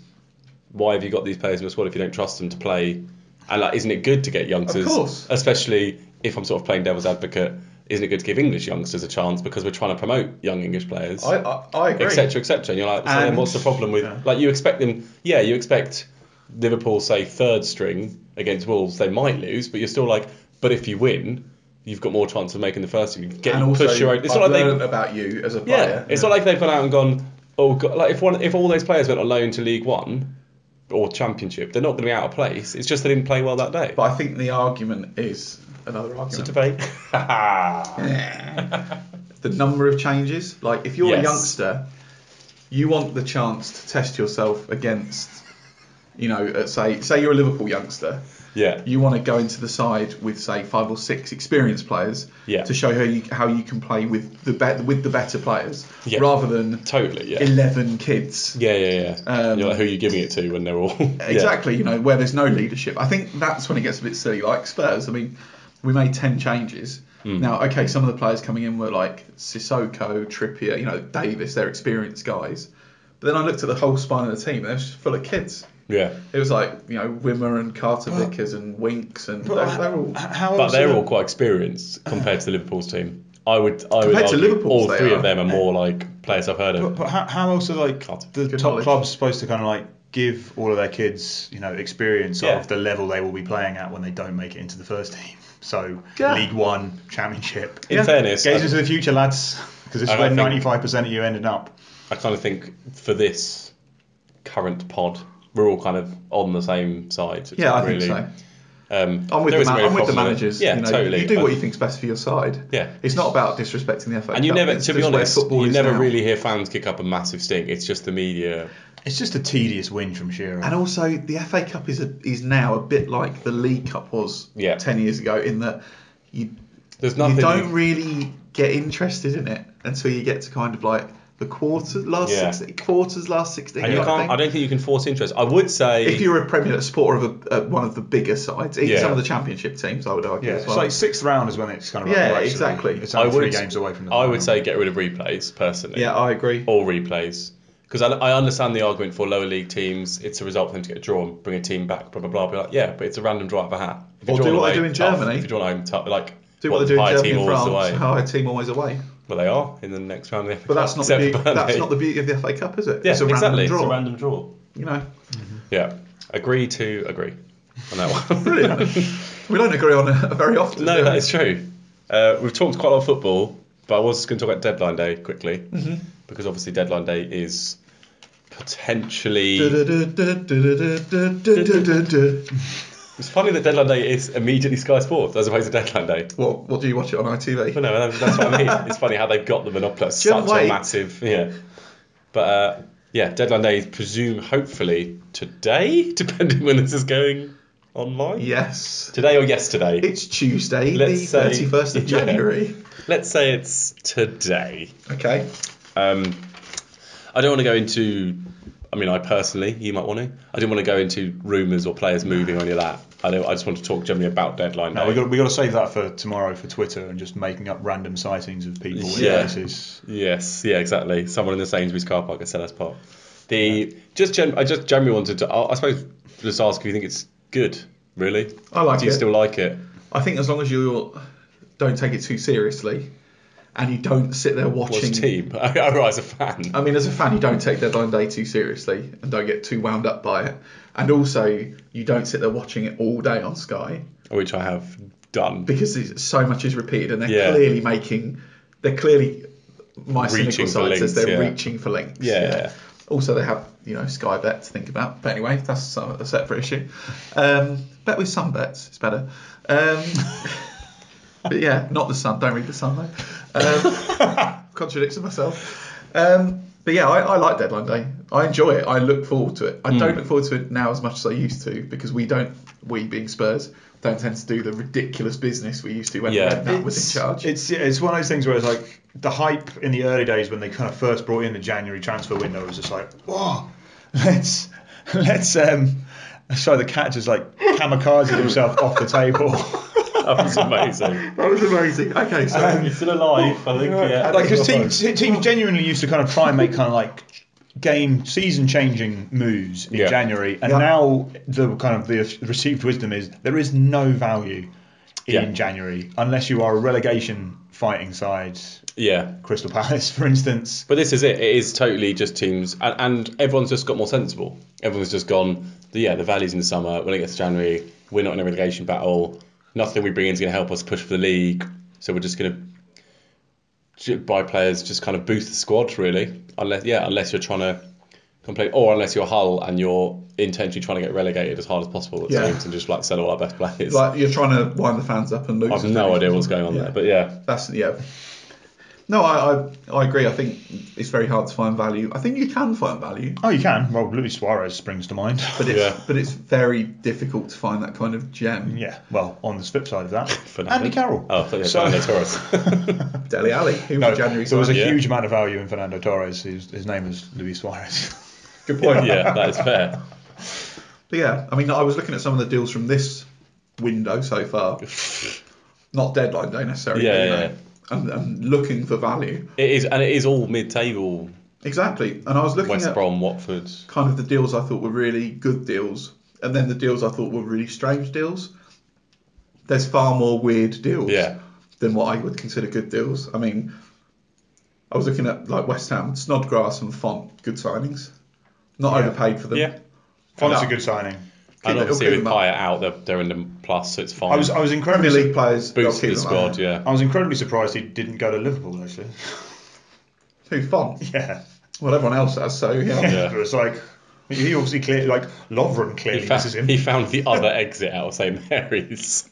Why have you got these players in your squad if you don't trust them to play? And like, isn't it good to get youngsters? course. Especially if I'm sort of playing devil's advocate, isn't it good to give English youngsters a chance because we're trying to promote young English players? I, I, I agree. etc cetera, etc and you're like so then And- what's the problem with yeah. like you expect them yeah you expect Liverpool say third string against Wolves they might lose but you're still like but if you win you've got more chance of making the first team you get And also, push your own it's I've not like learned they about you as a yeah, player. it's not like they've gone out and gone oh god like if one if all those players went on loan to League One or Championship they're not going to be out of place it's just they didn't play well that day But I think the argument is another it's a argument. debate the number of changes. Like, if you're a Yes. youngster, you want the chance to test yourself against, you know, uh, say, say you're a Liverpool youngster. yeah you want to go into the side with say five or six experienced players Yeah. to show how you how you can play with the bet with the better players Yeah. rather than totally yeah eleven kids. yeah yeah yeah Um, you're like, who are you giving it to when they're all Yeah. Exactly, you know where there's no leadership. I think that's when it gets a bit silly. Like Spurs, I mean, we made ten changes. Hmm. Now, okay, some of the players coming in were like Sissoko, Trippier, you know, Davis, they're experienced guys. But then I looked at the whole spine of the team, and they're just full of kids. yeah. It was like, you know, Wimmer and Carter Vickers and Winks, and they, they're all. How But else they're are- all quite experienced compared to the Liverpool's team. I would, I would Compared to argue Liverpool's, all they three are. of them are more like players I've heard But, of. but how, how else are like the Good top knowledge. clubs supposed to kind of like give all of their kids, you know, experience Yeah. of the level they will be playing at when they don't make it into the first team? So Yeah. League One, Championship. In yeah. fairness, Gaze I, into the future, lads, because this is And where I think- ninety-five percent of you ended up. I kind of think for this current pod, we're all kind of on the same side. Yeah, I really. think so. Um, I'm with, there the, isn't ma- really a I'm with the problem. managers. Yeah, you know, totally. You do what I- you think's best for your side. Yeah. It's not about disrespecting the FA. And you Cup, never, it's to be just where honest, football you is never now. really hear fans kick up a massive stink. It's just the media. It's just a tedious win from Shearer. And also, the FA Cup is a, is now a bit like the League Cup was Yeah. ten years ago in that you There's you nothing. don't really get interested in it until you get to kind of like the quarter last Yeah. sixteen quarters last sixteen. And you I can't. think. I don't think you can force interest. I would say if you're a Premier League supporter of a, uh, one of the bigger sides, even Yeah. some of the Championship teams, I would argue Yeah, as it's well. like sixth round is when it's kind of like, Yeah, well, actually, exactly. It's I only three would- games away from the. I would final. say get rid of replays personally. yeah, I agree. All replays. Because I, I understand the argument for lower league teams, it's a result for them to get a draw and bring a team back, blah, blah, blah. Be like, yeah, but it's a random draw out of a hat. If you're Or do drawn what they away, do in tough. Germany. If you're drawn home, tough, like, Do what they do higher in Germany team and always France. away. Higher team always away. Well, they are in the next round of the FA But that's Cup, not the beauty, except for that's Burnley. not the beauty of the FA Cup, is it? Yeah, it's a exactly. random draw. It's a random draw. You know, Yeah. Agree to agree on that one. we don't agree on it very often. do No, we? that is true. Uh, we've talked quite a lot of football, but I was going to talk about deadline day quickly Mm-hmm. because obviously deadline day is potentially. What It's funny that deadline day is immediately Sky Sports as opposed to deadline day. what do you watch it on But ITV? no, that's, that's what I mean. It's funny how they've got the monopoly. That's Jim such White. a massive, yeah. But uh, yeah, deadline day is presume hopefully today, depending when this is going online. Yes. Today or yesterday. It's Tuesday, Let's the say- 31st of yeah. January. Let's say it's today. Okay. Um, I don't want to go into. I mean, I personally, you might want to. I didn't want to go into rumours or players moving or any of that. I don't. I just want to talk generally about deadline No, day. we got we got to save that for tomorrow for Twitter and just making up random sightings of people. in Yeah. places. yes, yeah, exactly. Someone in the Sainsbury's car park at Sellers Park. The just gen, I just generally wanted to. I I suppose just ask if you think it's good. Really, I like do you it. still like it? I think as long as you don't take it too seriously and you don't sit there What's watching. team? Oh, as a fan. Um, I mean, as a fan, you don't take deadline day too seriously and don't get too wound up by it. And also, you don't sit there watching it all day on Sky which I have done. because there's- so much is repeated and they're Yeah. clearly making. They're clearly. My Reaching cynical for side says links, they're yeah. reaching for links. Yeah. Also, they have you know Sky Bet to think about. But anyway, that's some- a separate issue. Um, bet with Sun bets, it's better. Um, but yeah, not the Sun. Don't read the Sun though. Um, contradicting myself. Um, but yeah, I, I like deadline day. I enjoy it. I look forward to it. I Mm. don't look forward to it now as much as I used to because we don't, we being Spurs, don't tend to do the ridiculous business we used to when Yeah. Red Nat was in charge. It's yeah, it's one of those things where it's like the hype in the early days when they kind of first brought in the January transfer window was just like, whoa, let's let's um. Sorry, the cat just like kamikaze himself off the table. That was amazing. that was amazing. Okay, so He's still alive, I think. Yeah. like because teams, teams genuinely used to kind of try and make kind of like game season changing moves in Yeah. January, and Yeah. now the kind of the received wisdom is there is no value in Yeah. January unless you are a relegation fighting side, Yeah. Crystal Palace, for instance. But this is it. It is totally just teams, and, and everyone's just got more sensible. Everyone's just gone. The, yeah, the values in the summer. When it gets to January, we're not in a relegation battle. Nothing we bring in is going to help us push for the league. So we're just going to buy players, just kind of boost the squad, really. Unless yeah, unless you're trying to complain, or unless you're Hull and you're intentionally trying to get relegated as hard as possible at Yeah. teams and just like sell all our best players. like you're trying to wind the fans up and lose. I've no idea what's going on Yeah. there, but yeah, That's yeah. No, I, I I agree. I think it's very hard to find value. I think you can find value, Oh, you can. Well, Luis Suarez springs to mind. but it's Yeah. but it's very difficult to find that kind of gem. yeah. Well, on the flip side of that, Fernando- Andy Carroll. Oh, yeah, So- Fernando Torres. Deli Alley, who No, was January. there was a signing. Yeah. huge amount of value in Fernando Torres. His, his name is Luis Suarez. good point. yeah, that is fair. But yeah, I mean, I was looking at some of the deals from this window so far, not deadline day necessarily. Yeah, you know, yeah. And, and looking for value It is, and it is all mid-table exactly. And I was looking West at Brom, Watford. kind of the deals I thought were really good deals, and then the deals I thought were really strange deals. There's far more weird deals Yeah. than what I would consider good deals. I mean, I was looking at like West Ham, Snodgrass and Font, good signings. Not overpaid for them. Yeah. Font's No. a good signing. Keep And it- obviously keep with them up. Paya out, they're, they're in the plus, so it's fine. I was I was incredibly Premier League players they'll Boost keep the them squad, out. yeah. I was incredibly surprised he didn't go to Liverpool actually. Who Font? Yeah. Well, everyone else has. So yeah. Yeah. It was like he obviously clearly like Lovren clearly He found, misses him. he found the other exit out of St Mary's.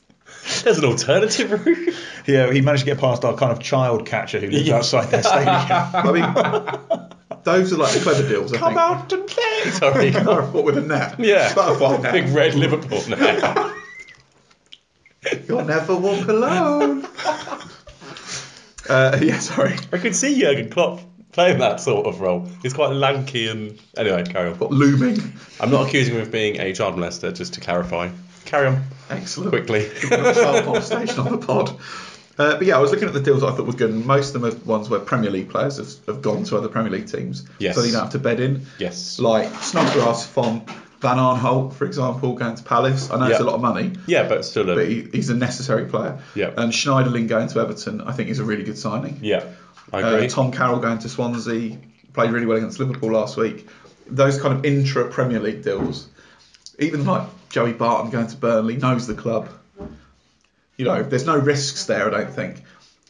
There's an alternative route. Yeah, he managed to get past our kind of child catcher who lives Yeah. outside their stadium. I mean, those are like the clever deals. I Come think. out and play. Sorry. What with a net? Yeah. Butterfly net. Big red Liverpool now. You'll never walk alone. uh, yeah, sorry. I could see Jurgen Klopp playing that sort of role. He's quite lanky and anyway, carry on. Looming. I'm not accusing him of being a child molester, just to clarify. Carry on Excellent. quickly. child molestation on the pod. Uh, but yeah, I was looking at the deals that I thought were good. and Most of them are ones where Premier League players have, have gone to other Premier League teams, Yes. so they don't have to bed in. yes. Like Snodgrass, Font, Van Arnholt, for example, going to Palace. I know it's a Yeah. lot of money, Yeah, but still but a he, he's a necessary player. Yeah. And Schneiderlin going to Everton, I think, is a really good signing. yeah. I Uh, agree. Tom Carroll going to Swansea played really well against Liverpool last week. Those kind of intra Premier League deals, even like Joey Barton going to Burnley knows the club. You know, there's no risks there, I don't think.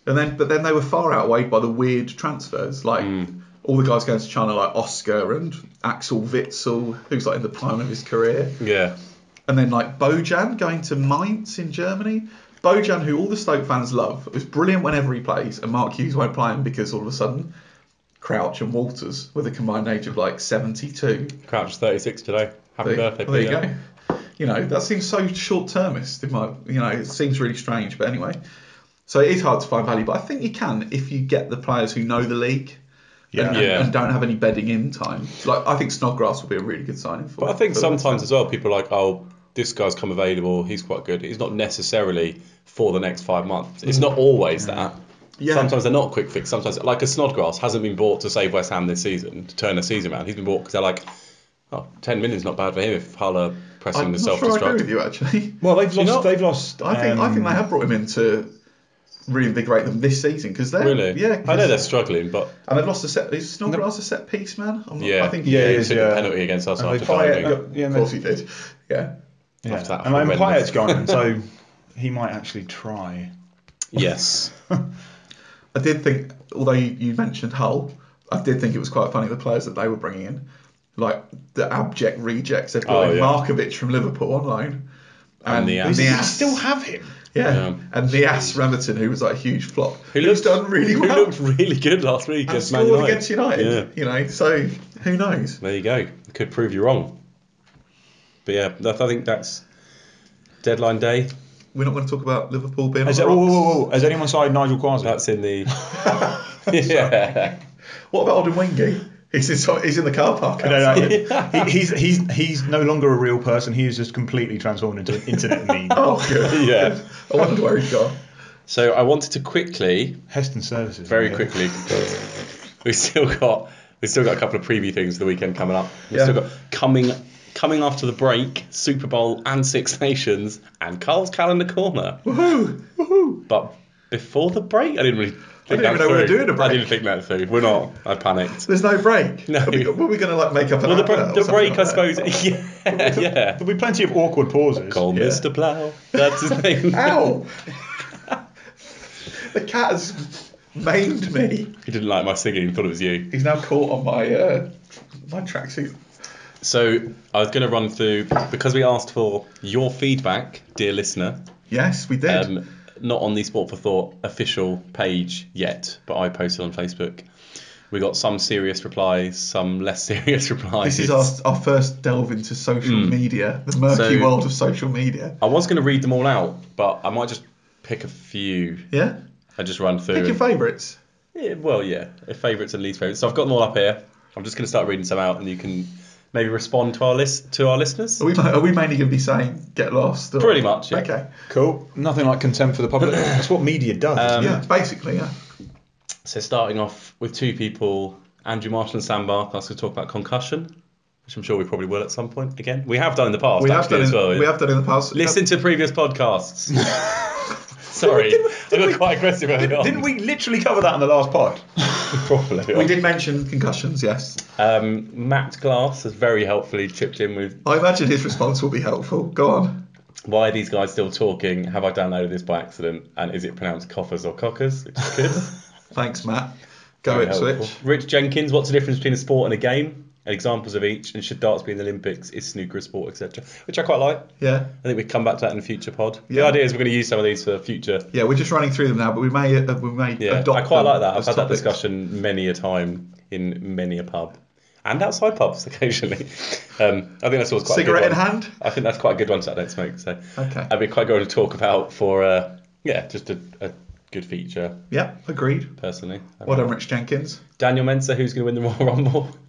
And then, but then they were far outweighed by the weird transfers, like Mm. all the guys going to China, like Oscar and Axel Witzel, who's like in the prime of his career yeah. and then like Bojan going to Mainz in Germany. Bojan, who all the Stoke fans love, is brilliant whenever he plays, and Mark Hughes won't play him because all of a sudden Crouch and Walters, with a combined age of like 72, Crouch 36 today. Happy there, birthday, well, there you Peter. go. You know that seems so short-termist. In my, you know, it seems really strange, but anyway. So it is hard to find value, but I think you can if you get the players who know the league. And, Yeah. Yeah. and don't have any bedding in time. Like I think Snodgrass will be a really good signing for. But I think for West Ham. sometimes as well, people are like, oh, this guy's come available. He's quite good. He's not necessarily for the next five months. It's not always that. Mm. Yeah. Sometimes they're not quick fix. Sometimes, like a Snodgrass hasn't been bought to save West Ham this season, to turn a season around. He's been bought because they're like, oh, 10 million's not bad for him if Hala pressing I'm the not self sure I agree destruct. with you actually. Well, they've you lost. not? They've lost. I think I um, think they have brought him in to reinvigorate them this season because they're Really? yeah. 'cause- I know they're struggling, but and they've lost a set. Is Snodgrass a set piece man? I'm not, yeah, I think Oh, Yeah, he it is, took yeah. the penalty against us And they after play it. diving. Yeah, yeah, Of and course they- he did. Yeah. yeah. After that And then horrendous- Payet's gone, so he might actually try. Yes. I did think, although you, you mentioned Hull, I did think it was quite funny the players that they were bringing in, like the abject rejects. They've got Oh, like yeah. Markovic from Liverpool on loan, And the Nias. ass. They still have him. yeah. Yeah. and the ass Remington, who was like a huge flop, Who who's looked- done really Who well, looked really good last week and against Man scored United. against United. Yeah. You know, so who knows? There you go. It could prove you wrong. But yeah, that, I think that's deadline day. We're not going to talk about Liverpool being. Has, on it, the whoa, rocks. whoa, whoa, whoa. Has anyone signed Nigel Quasi? That's in the. yeah. What about Odin Wingy? He's in, so- he's in the car park. no, outside. no. he, he's he's he's no longer a real person. He is just completely transformed into an internet meme. Oh, good. Yeah. I wondered where he'd gone. So I wanted to quickly, Heston Services. very yeah. quickly, we still got we still got a couple of preview things for the weekend coming up. We Yeah. have still got coming coming after the break, Super Bowl and Six Nations and Carl's calendar corner. Woohoo! Woohoo! But before the break, I didn't really. Think didn't even that know we were through. doing a I break. didn't think that through. We're not. I panicked. There's no break. No. Are we, were we going to like make up an Well, the, br- advert or the something break, like I that? suppose. Yeah, yeah. There'll be plenty of awkward pauses. Call Yeah. Mr. Plow. That's his name. Ow! the cat has maimed me. He didn't like my singing, thought it was you. He's now caught on my uh, my tracksuit. So I was going to run through because we asked for your feedback, dear listener. Yes, we did. Um, not on the Sport for Thought official page yet, but I posted on Facebook. We got some serious replies, some less serious replies. this is our, our first delve into social media, the murky Hmm. So- world of social media. I was going to read them all out, but I might just pick a few. Yeah? I just run through. Pick your and- favourites. Yeah, well, yeah, favourites and least favourites. So I've got them all up here. I'm just going to start reading some out, and you can maybe respond to our list to our listeners. Are we, are we mainly going to be saying get lost? Or... Pretty much, yeah. Okay. Cool. Nothing like contempt for the public. That's what media does. Um, yeah, basically, yeah. So starting off with two people, Andrew Marshall and Sam Barth asked us to talk about concussion, which I'm sure we probably will at some point again. We have done in the past, We have, actually, done in, as well. we have done in the past. Listen to previous podcasts. Sorry, I got quite aggressive early on. Didn't we literally cover that in the last pod? Probably. Uh, We did mention concussions, yes. Um, Matt Glass has very helpfully chipped in with I imagine his response will be helpful. Go on. why are these guys still talking? Have I downloaded this by accident? And is it pronounced coffers or cockers? Which is good. Thanks, Matt. Go Very Ipswich. helpful. Rich Jenkins, what's the difference between a sport and a game? And examples of each, and should darts be in the Olympics? Is snooker a sport, etc.? Which I quite like. Yeah. I think we come back to that in a future pod. The Yeah. idea is we're going to use some of these for future. Yeah, we're just running through them now, but we may uh, we may Yeah, adopt I quite them like that. I've as had that topics. discussion many a time in many a pub and outside pubs occasionally. Um, I think that's always quite Cigarette a in good one. hand. I think that's quite a good one that I don't smoke. So Okay. I'd be quite good to talk about for uh, yeah, just a, a good feature Yeah, agreed. personally. I Well mean, done, Rich Jenkins. Daniel Mensah, who's going to win the Royal Rumble?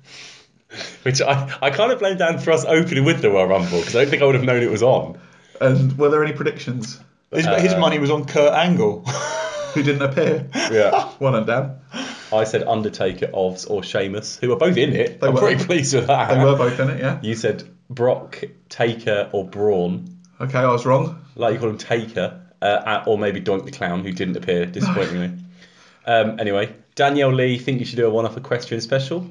Which I, I kind of blame Dan for us opening with the Royal Rumble because I don't think I would have known it was on. And were there any predictions His, his Uh, money was on Kurt Angle. who didn't appear? Yeah, Well done, Dan. I said Undertaker, Ovs, or Sheamus, who were both in it. They I'm were. pretty pleased with that. They were both in it, yeah. You said Brock, Taker, or Braun. Okay, I was wrong. Like you call him Taker, uh, or maybe Doink the Clown, who didn't appear, disappointingly. um, anyway, Danielle Lee, think you should do a one off equestrian special?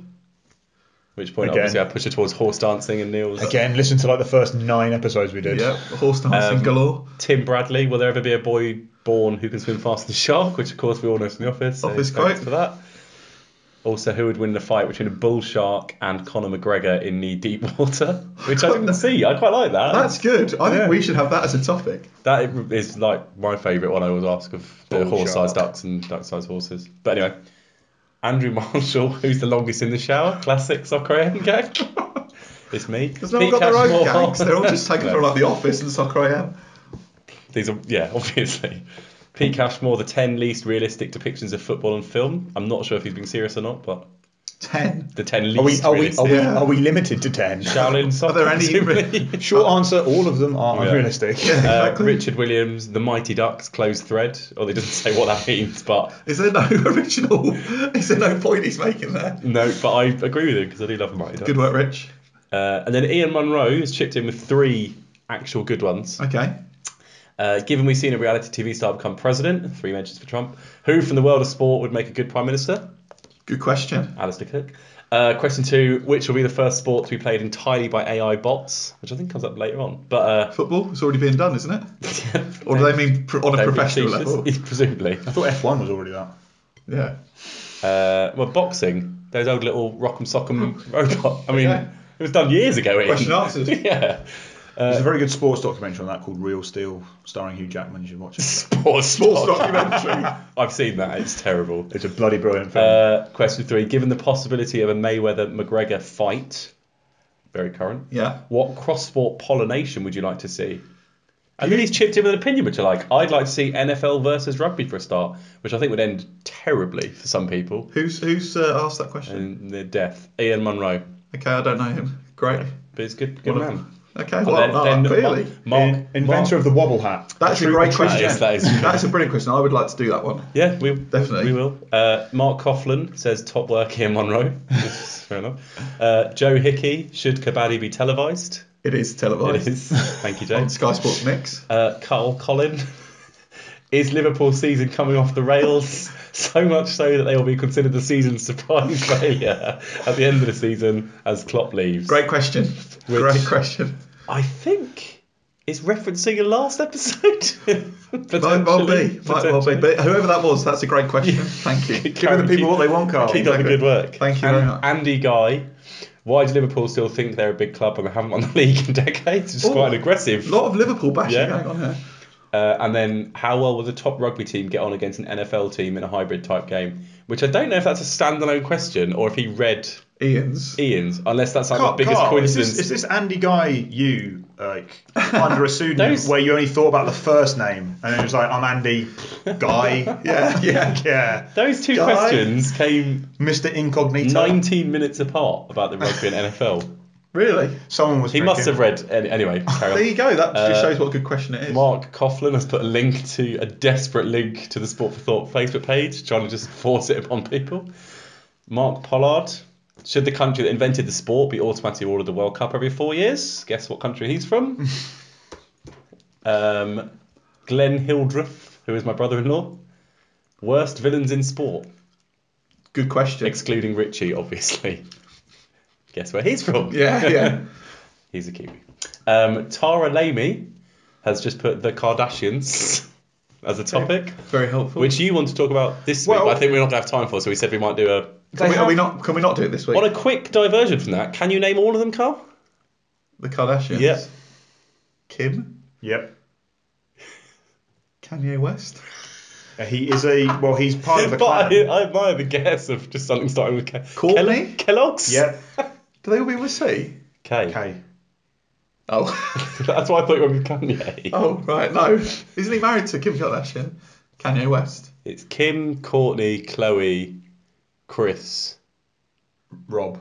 Which point, Again. obviously, I push her towards horse dancing and Neil's. Again, listen to like the first nine episodes we did. Yeah, horse dancing Um, galore. Tim Bradley, will there ever be a boy born who can swim faster than a shark? Which, of course, we all know from the office. So Office thanks quote. for that. Also, who would win the fight between a bull shark and Conor McGregor in knee deep water? Which I didn't see. I quite like that. That's good. I Yeah. think we should have that as a topic. That is like my favourite one I always ask of the Bull horse sized shark. ducks and duck sized horses. But anyway, Andrew Marshall, who's the longest in the shower? Classic soccer AM gang. It's me. Because no one got their own gangs. They're all just taken No. from like the office and soccer AM. These are, yeah, obviously. Pete Cashmore, the 10 least realistic depictions of football and film. I'm not sure if he's being serious or not, but Ten. the 10 least Are we are we realistic. are we, Yeah. are we limited to ten? Shaolin soccer. there any- presumably. Short answer: all of them are Uh, Yeah. unrealistic. Yeah, Uh, exactly. Richard Williams, the Mighty Ducks, closed thread. Or they doesn't say what that means, but Is there no original? Is there no point he's making there? no. But I agree with him because I do love the Mighty Ducks. Good work, Rich. Uh, and then Ian Munro has chipped in with three actual good ones. Okay. Uh, given we've seen a reality TV star become president, three mentions for Trump, who from the world of sport would make a good prime minister? Good question. Alistair Cook. Uh, question two, which will be the first sport to be played entirely by AI bots? Which I think comes up later on. But Football is already being done, isn't it? uh, Or do they mean pr- on a professional level? Presumably. I thought F one was already that. Yeah. Uh, well, boxing. Those old little rock'em sock'em robot. I mean, Okay. it was done years ago. Ian. Question answered. yeah. uh, There's a very good sports documentary on that called Real Steel, starring Hugh Jackman. You should watch it. Sports. Sports documentary. I've seen that. It's terrible. It's a bloody brilliant film. Uh, question three: Given the possibility of a Mayweather-McGregor fight, very current, Yeah. what cross-sport pollination would you like to see? And then he's chipped in with an opinion, which I like. I'd like to see NFL versus rugby for a start, which I think would end terribly for some people Who's who's uh, asked that question? and their death. Ian Munro, Okay, I don't know him. Great. but he's a good, good What a- man. Okay, But well, then- no, then clearly. Mark, In- inventor Mark- of the wobble hat. That's a True- great that question. is- that is- That's a brilliant question. I would like to do that one. yeah, we Definitely. we will. Uh, Mark Coughlin says top work Ian Munro. Fair enough. Uh, Joe Hickey, should Kabaddi be televised? It is televised. It is. Thank you, Joe. On Sky Sports Mix. Uh, Carl Collin. Is Liverpool season coming off the rails? So much so that they will be considered the season's surprise failure at the end of the season as Klopp leaves. Great question. Great question. I think it's referencing a last episode. Might well be. Potentially. Might well be. But whoever that was, that's a great question. Thank you. Giving the people what they want, Carl. Keep up the good work. Thank you And very much. Andy Guy. Why do Liverpool still think they're a big club and they haven't won the league in decades? It's Ooh. quite an aggressive. A lot of Liverpool bashing Yeah. going on here. Uh, and then, how well will the top rugby team get on against an NFL team in a hybrid type game? Which I don't know if that's a standalone question or if he read Ian's. Ian's, unless that's like Carl, the biggest Carl, is coincidence. this, is this Andy Guy you like under a pseudonym Those- where you only thought about the first name and it was like I'm Andy Guy? Yeah, yeah. yeah, Those two Guy? questions came Mr. Incognito. 19 minutes apart about the rugby and NFL. Really? Someone was. He must have thinking- read. Any, anyway, carry on. There you go. That just Uh, shows what a good question it is. Mark Coughlin has put a link to a desperate link to the Sport for Thought Facebook page, trying to just force it upon people. Mark Pollard. Should the country that invented the sport be automatically awarded the World Cup every four years? Guess what country he's from? um, Glenn Hildreth, who is my brother in law. Worst villains in sport, Good question. excluding Richie, obviously. Guess where he's from? yeah, yeah. He's a Kiwi. Um, Tara Lamy has just put the Kardashians as a topic, Very helpful. which you want to talk about this week. Well- but I think we're not going to have time for, so we said we might do a. can we, are we not? Can we not do it this week? On a quick diversion from that, can you name all of them, Carl? the Kardashians. Yeah. Kim. Yep. Kanye West. Uh, He is a well. He's part of the But I, clan. I admire the guess of just something starting with Ke- Courtney? Kelle- Kellogg's? Yep. Do they all be with C? K. Okay. Oh. That's why I thought you were with Kanye. Oh. oh right. No. Isn't he married to Kim Kardashian? Kanye West, It's Kim, Courtney, Chloe, Chris, Rob.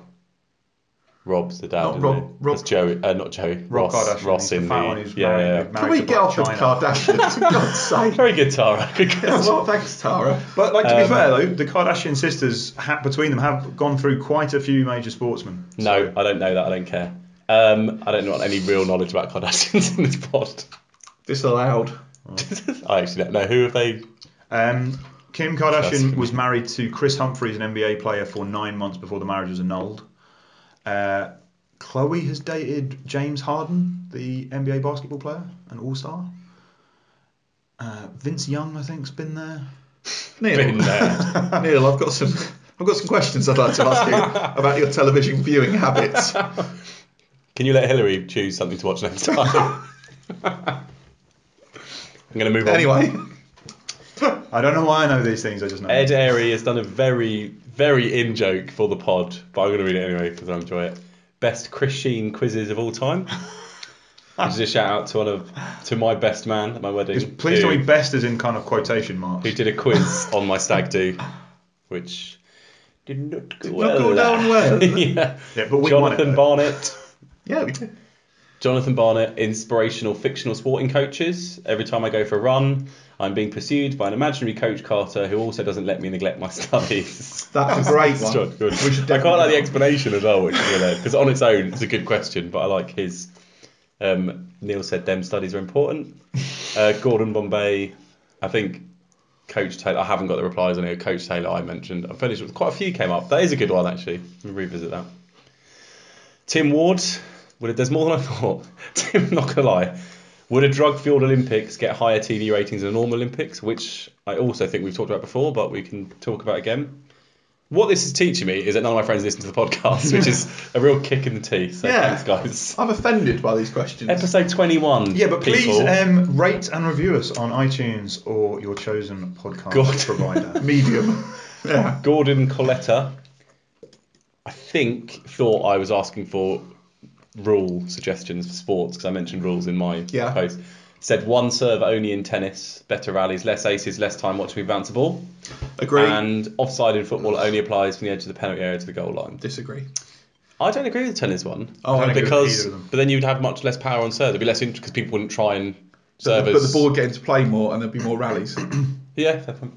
Rob's the dad. Not isn't Rob- it? Rob- That's Joey. Uh, not Joey. Rob Ross. Kardashian. Ross he's the in fat one who's yeah, married- yeah. married can we to get Black off the China. Kardashians? For God's sake! Very good, Tara. Good Yeah, guess. well, thanks, Tara. But like to be Um, fair though, the Kardashian sisters ha- between them have gone through quite a few major sportsmen. No, I don't know that. I don't care. Um, I don't know any real knowledge about Kardashians in this pod. Disallowed. I actually don't know who have they. Um, Kim Kardashian That's- was married to Chris Humphries, an NBA player, for nine months before the marriage was annulled. Uh, Chloe has dated James Harden, the NBA basketball player and All Star. Uh, Vince Young, I think, has been there. Neil, Been there. Neil, I've got some. I've got some questions I'd like to ask you about your television viewing habits. Can you let Hillary choose something to watch next time? I'm going to move on. Anyway, I don't know why I know these things. I just know. Ed Airy has done a very, very in joke for the pod, but I'm going to read it anyway because I enjoy it. Best Christine quizzes of all time. Which is a shout out to one of to my best man at my wedding. Please tell who- me best is in kind of quotation marks. who did a quiz on my stag do, which did not go, well. not go down well. yeah. Yeah, but we won it, Jonathan though. Barnett. yeah, we did. Jonathan Barnett, inspirational fictional sporting coaches. Every time I go for a run, I'm being pursued by an imaginary coach Carter who also doesn't let me neglect my studies. That's a great It's one. good, good. We should I quite like definitely- the explanation as well, which is really because on its own it's a good question, but I like his. Um, Neil said them studies are important. Uh, Gordon Bombay, I think Coach Taylor. I haven't got the replies on here. Coach Taylor, I mentioned. I'm finished with quite a few came up. That is a good one actually. We'll revisit that. Tim Ward. Would it, there's more than I thought. Tim, not gonna lie. Would a drug-fueled Olympics get higher TV ratings than a normal Olympics? Which I also think we've talked about before, but we can talk about again. What this is teaching me is that none of my friends listen to the podcast, which is a real kick in the teeth. So Yeah. thanks, guys. I'm offended by these questions. Episode 21. Yeah, but please people. um, rate and review us on iTunes or your chosen podcast God. provider. Medium. Yeah. Gordon Coletta, I think, thought I was asking for rule suggestions for sports because I mentioned rules in my Yeah. post. Said one serve only in tennis, better rallies, less aces, less time watching me bounce a ball. Agree. And offside in football only applies from the edge of the penalty area to the goal line. Disagree. I don't agree with the tennis one. Oh, I don't agree with because either of them. but then you'd have much less power on serve. There'd be less interest because people wouldn't try and But serve the, but the as- ball getting to play more and there'll be more rallies. Yeah, fair point.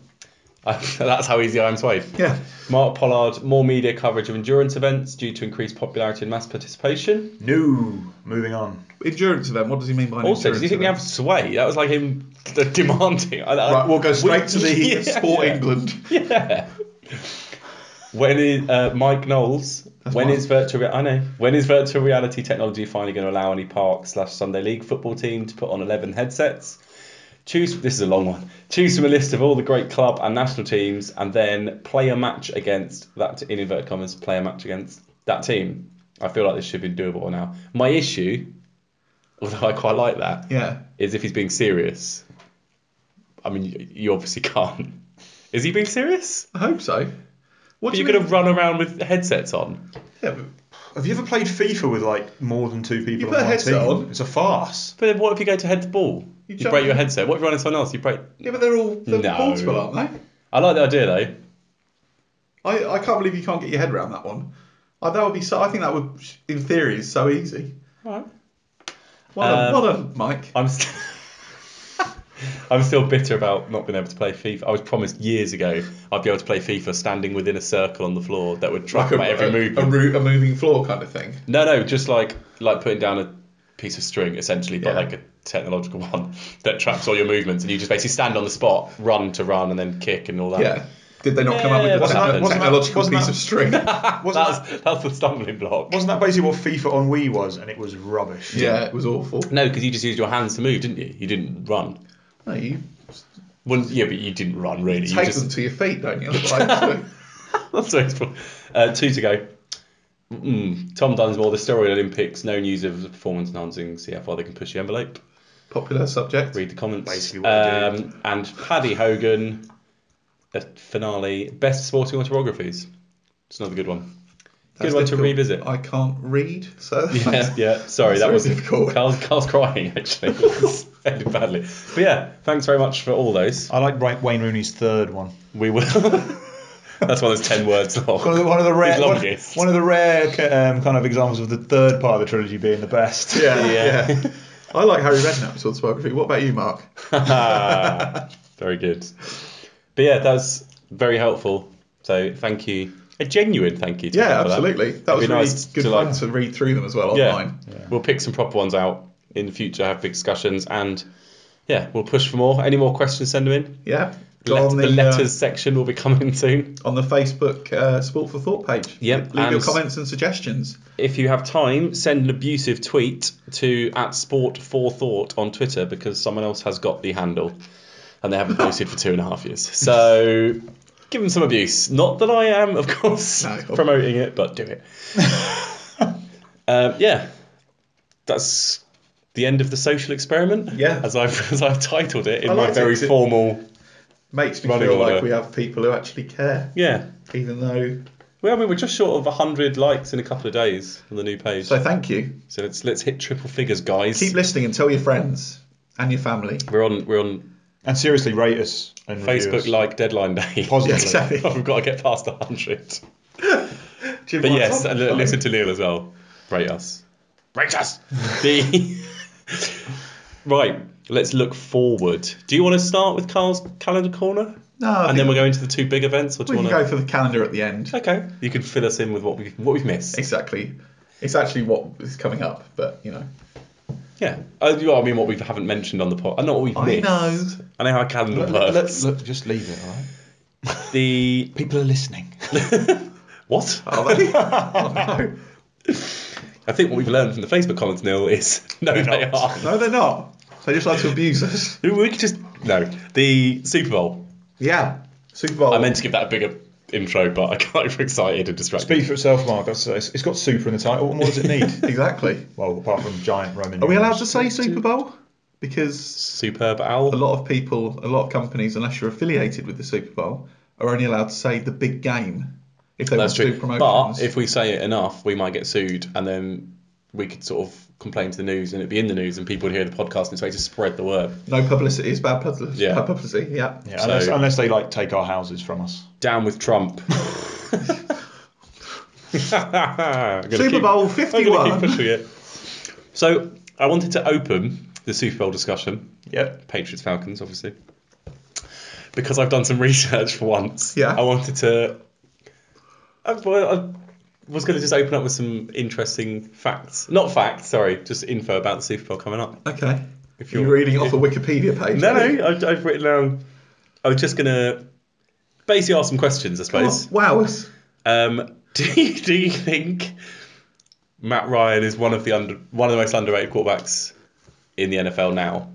that's how easy I am swayed. yeah. Mark Pollard, more media coverage of endurance events due to increased popularity and mass participation. no, moving on. Endurance event. What does he mean by an Also, endurance do you think we event? have sway? That was like him d- demanding. I, I- Right, we'll go straight to the Yeah, Sport yeah. England. Yeah. When is uh, Mike Knowles? That's when Mike. is virtual? Re- I know. When is virtual reality technology finally going to allow any park slash Sunday League football team to put on eleven headsets? Choose. This is a long one. Choose from a list of all the great club and national teams, and then play a match against that. In inverted commas, play a match against that team. I feel like this should be doable now. My issue, although I quite like that, Yeah. is if he's being serious. I mean, you- you obviously can't. Is he being serious? I hope so. What But do you you're mean? going to run around with headsets on. Yeah, but- Have you ever played FIFA with like more than two people You on put a one headset team? on. It's a farce. But then what if you go to head to ball? You, jump- break your headset. What if you run into someone else? You break. yeah, but they're all they're No. portable, aren't they? I like the idea though. I, I can't believe you can't get your head around that one. I, that would be so. I think that would, in theory, is so easy. Right. Well done, Um, well done, Mike. I'm. St- I'm still bitter about not being able to play FIFA. I was promised years ago I'd be able to play FIFA standing within a circle on the floor that would track my every a, movement. a, root, a moving floor kind of thing. No, no, just like like putting down a piece of string essentially, but Yeah. like a technological one that tracks all your movements, and you just basically stand on the spot, run to run, and then kick and all that. Yeah. Did they not come up Yeah, with the wasn't techno- that- wasn't that- technological wasn't piece that- of string? yeah, Wasn't that, That's that's the stumbling block. wasn't that basically what FIFA on Wii was, and it was rubbish? it was awful. No, because you just used your hands to move, didn't you? You didn't run. No, you Well, yeah, but you didn't run really. You take just- them to your feet, don't you? Like, That's where it's from. Uh, two to go. Mm, Tom Dunsmore, the steroid Olympics. No news of the performance enhancing. See how far they can push the envelope. popular subject. read the comments. Basically what I do. um, And Paddy Hogan, the finale, best sporting autobiographies. It's another good one. Good one to difficult. revisit. I can't read, so yeah, yeah, sorry, that That's very was difficult. Carl's, Carl's crying actually. It's ended badly. But yeah, thanks very much for all those. I like Ri- Wayne Rooney's third one. We will. That's one of those ten words long. One of the, one of the His rare, one, longest. one of the rare um, kind of examples of the third part of the trilogy being the best. yeah, Yeah. yeah. I like Harry Redknapp's autobiography. What about you, Mark? very good. But yeah, that's very helpful. So thank you. A genuine thank you. To Yeah, them for that. absolutely. That was It'd be really nice good to, fun like- to read through them as well Yeah. online. We'll pick some proper ones out in the future, have big discussions, and yeah, we'll push for more. Any more questions, send them in. Yeah. Go Let- on the the, uh, letters section will be coming soon. on the Facebook uh, Sport for Thought page. Yep, Leave your and- comments and suggestions. If you have time, send an abusive tweet to at sport for thought on Twitter because someone else has got the handle and they haven't posted for two and a half years. So give them some abuse. Not that I am, of course, No. promoting it, but do it. um, yeah, that's the end of the social experiment. Yeah. as I've as I've titled it in I my liked very it. formal. Makes me Running feel like order. we have people who actually care, Yeah. even though. Well, we were just short of 100 likes in a couple of days on the new page. So So, thank you. let's let's hit triple figures, guys. Keep listening and tell your friends and your family. We're on we're on And seriously, rate us and review Facebook us. like deadline day. Positively. Yeah, exactly. We've got to get past 100. Jim But White's yes, on and the li- phone. listen to Neil as well. Rate us. Rate us! the... right, let's look forward. Do you want to start with Carl's calendar corner? No, And I then think we're going to the two big events, or do we you can want go to? for the calendar at the end. Okay, you can fill us in with what we what we've missed. Exactly. It's actually what is coming up, but you know. Yeah, oh, you- I mean what we haven't mentioned on the pod. I know what we've I missed. know. I know how a calendar Look, works. look, look, just leave it, all right? The People are listening. what? Are they? Oh, no. I think what we've learned from the Facebook comments, Neil, is no, they not. are. no, they're not. They just like to abuse us. We could just no. The Super Bowl. Yeah. Super Bowl. I meant to give that a bigger intro, but I got excited and distracted. Speak for itself, Mark. That's, it's it's got super in the title. What more does it need? exactly. well, apart from giant Roman. Are we allowed numerals. to say Super Bowl? Because Superb a owl. lot of people, a lot of companies, unless you're affiliated with the Super Bowl, are only allowed to say the big game if they That's want to true. do But promotions. if we say it enough, we might get sued, and then we could sort of complain to the news, and it'd be in the news, and people would hear the podcast, and it's a way to spread the word. no publicity is bad publicity. Yeah. Bad publicity. Yeah. Yeah, unless, So- unless they like take our houses from us. Down with Trump. Super Super Bowl I'm gonna keep 51. pushing it. So I wanted to open the Super Bowl discussion, Yep. Patriots Falcons, obviously, because I've done some research for once. Yeah. I wanted to. I, well, I was going to just open up with some interesting facts, not facts, sorry, just info about the Super Bowl coming up. Okay. If You're reading off a Wikipedia page. No, aren't you? no, I've, I've written down. I was just going to basically ask some questions, I Oh, suppose. wow. it's- Um, do you, do you think Matt Ryan is one of the under one of the most underrated quarterbacks in the NFL now?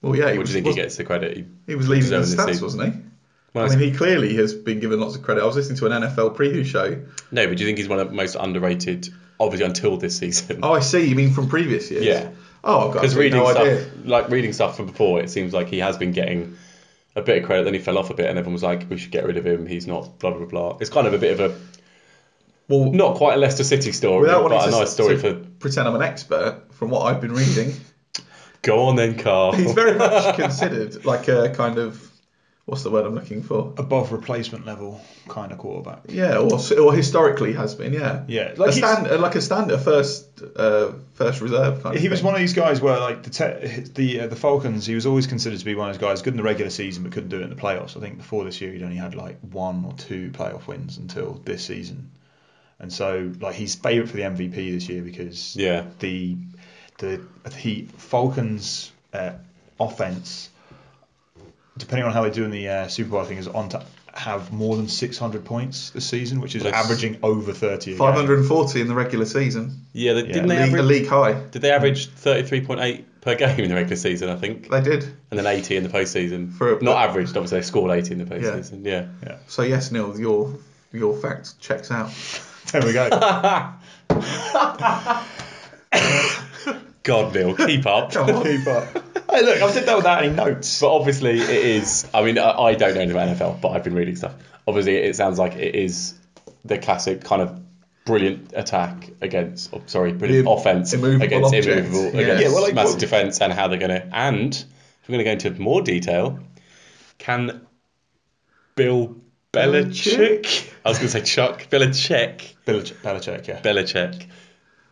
Well, yeah. He What was, do you think was, he gets the credit? He- he was leading the deserving this stats, season? wasn't he? well, I mean, he clearly has been given lots of credit. I was listening to an NFL preview show. no, but do you think he's one of the most underrated? Obviously, until this season. Oh, I see. You mean from previous years? Yeah. Oh, I've got Because absolutely reading no stuff, idea. like reading stuff from before, it seems like he has been getting a bit of credit. Then he fell off a bit, and everyone was like, "We should get rid of him. He's not blah blah blah." It's kind of a bit of a Well, not quite a Leicester City story, without but wanting a to, nice story to for. pretend I'm an expert, from what I've been reading, Go on then, Carl. he's very much considered like a kind of what's the word I'm looking for? Above replacement level kind of quarterback. Yeah, or, or historically has been. Yeah, Yeah, like like a he's- stand, like a standard first uh, first reserve kind of. He was thing. one of these guys where, like the te- the uh, the Falcons, he was always considered to be one of those guys good in the regular season but couldn't do it in the playoffs. I think before this year he'd only had like one or two playoff wins until this season, and so like he's favourite for the MVP this year because Yeah. the the the Falcons uh, offense, depending on how they do in the uh, Super Bowl, I think is on to have more than 600 points this season, which is That's- averaging over 30. a game. 540 in the regular season, yeah, they, Yeah. didn't they league, a average league high. Did they average 33.8 per game in the regular season, I think? They did. And then 80 in the postseason. For a- Not averaged, obviously, they scored 80 in the postseason. Yeah. So yes, Neil, your your fact checks out. There we go. God, Neil, keep up. Come on. Keep up. Hey, look, I've said that without any notes. But obviously, it is. I mean, I, I don't know anything about NFL, but I've been reading stuff. Obviously, it sounds like it is the classic kind of brilliant attack against, oh, sorry, brilliant The offense immovable against object. immovable, Yeah. against Yeah, well, like, massive what- defense, and how they're going to. And if we're going to go into more detail, can Bill Belichick? I was going to say Chuck Belichick. Belich- Belichick, yeah. Belichick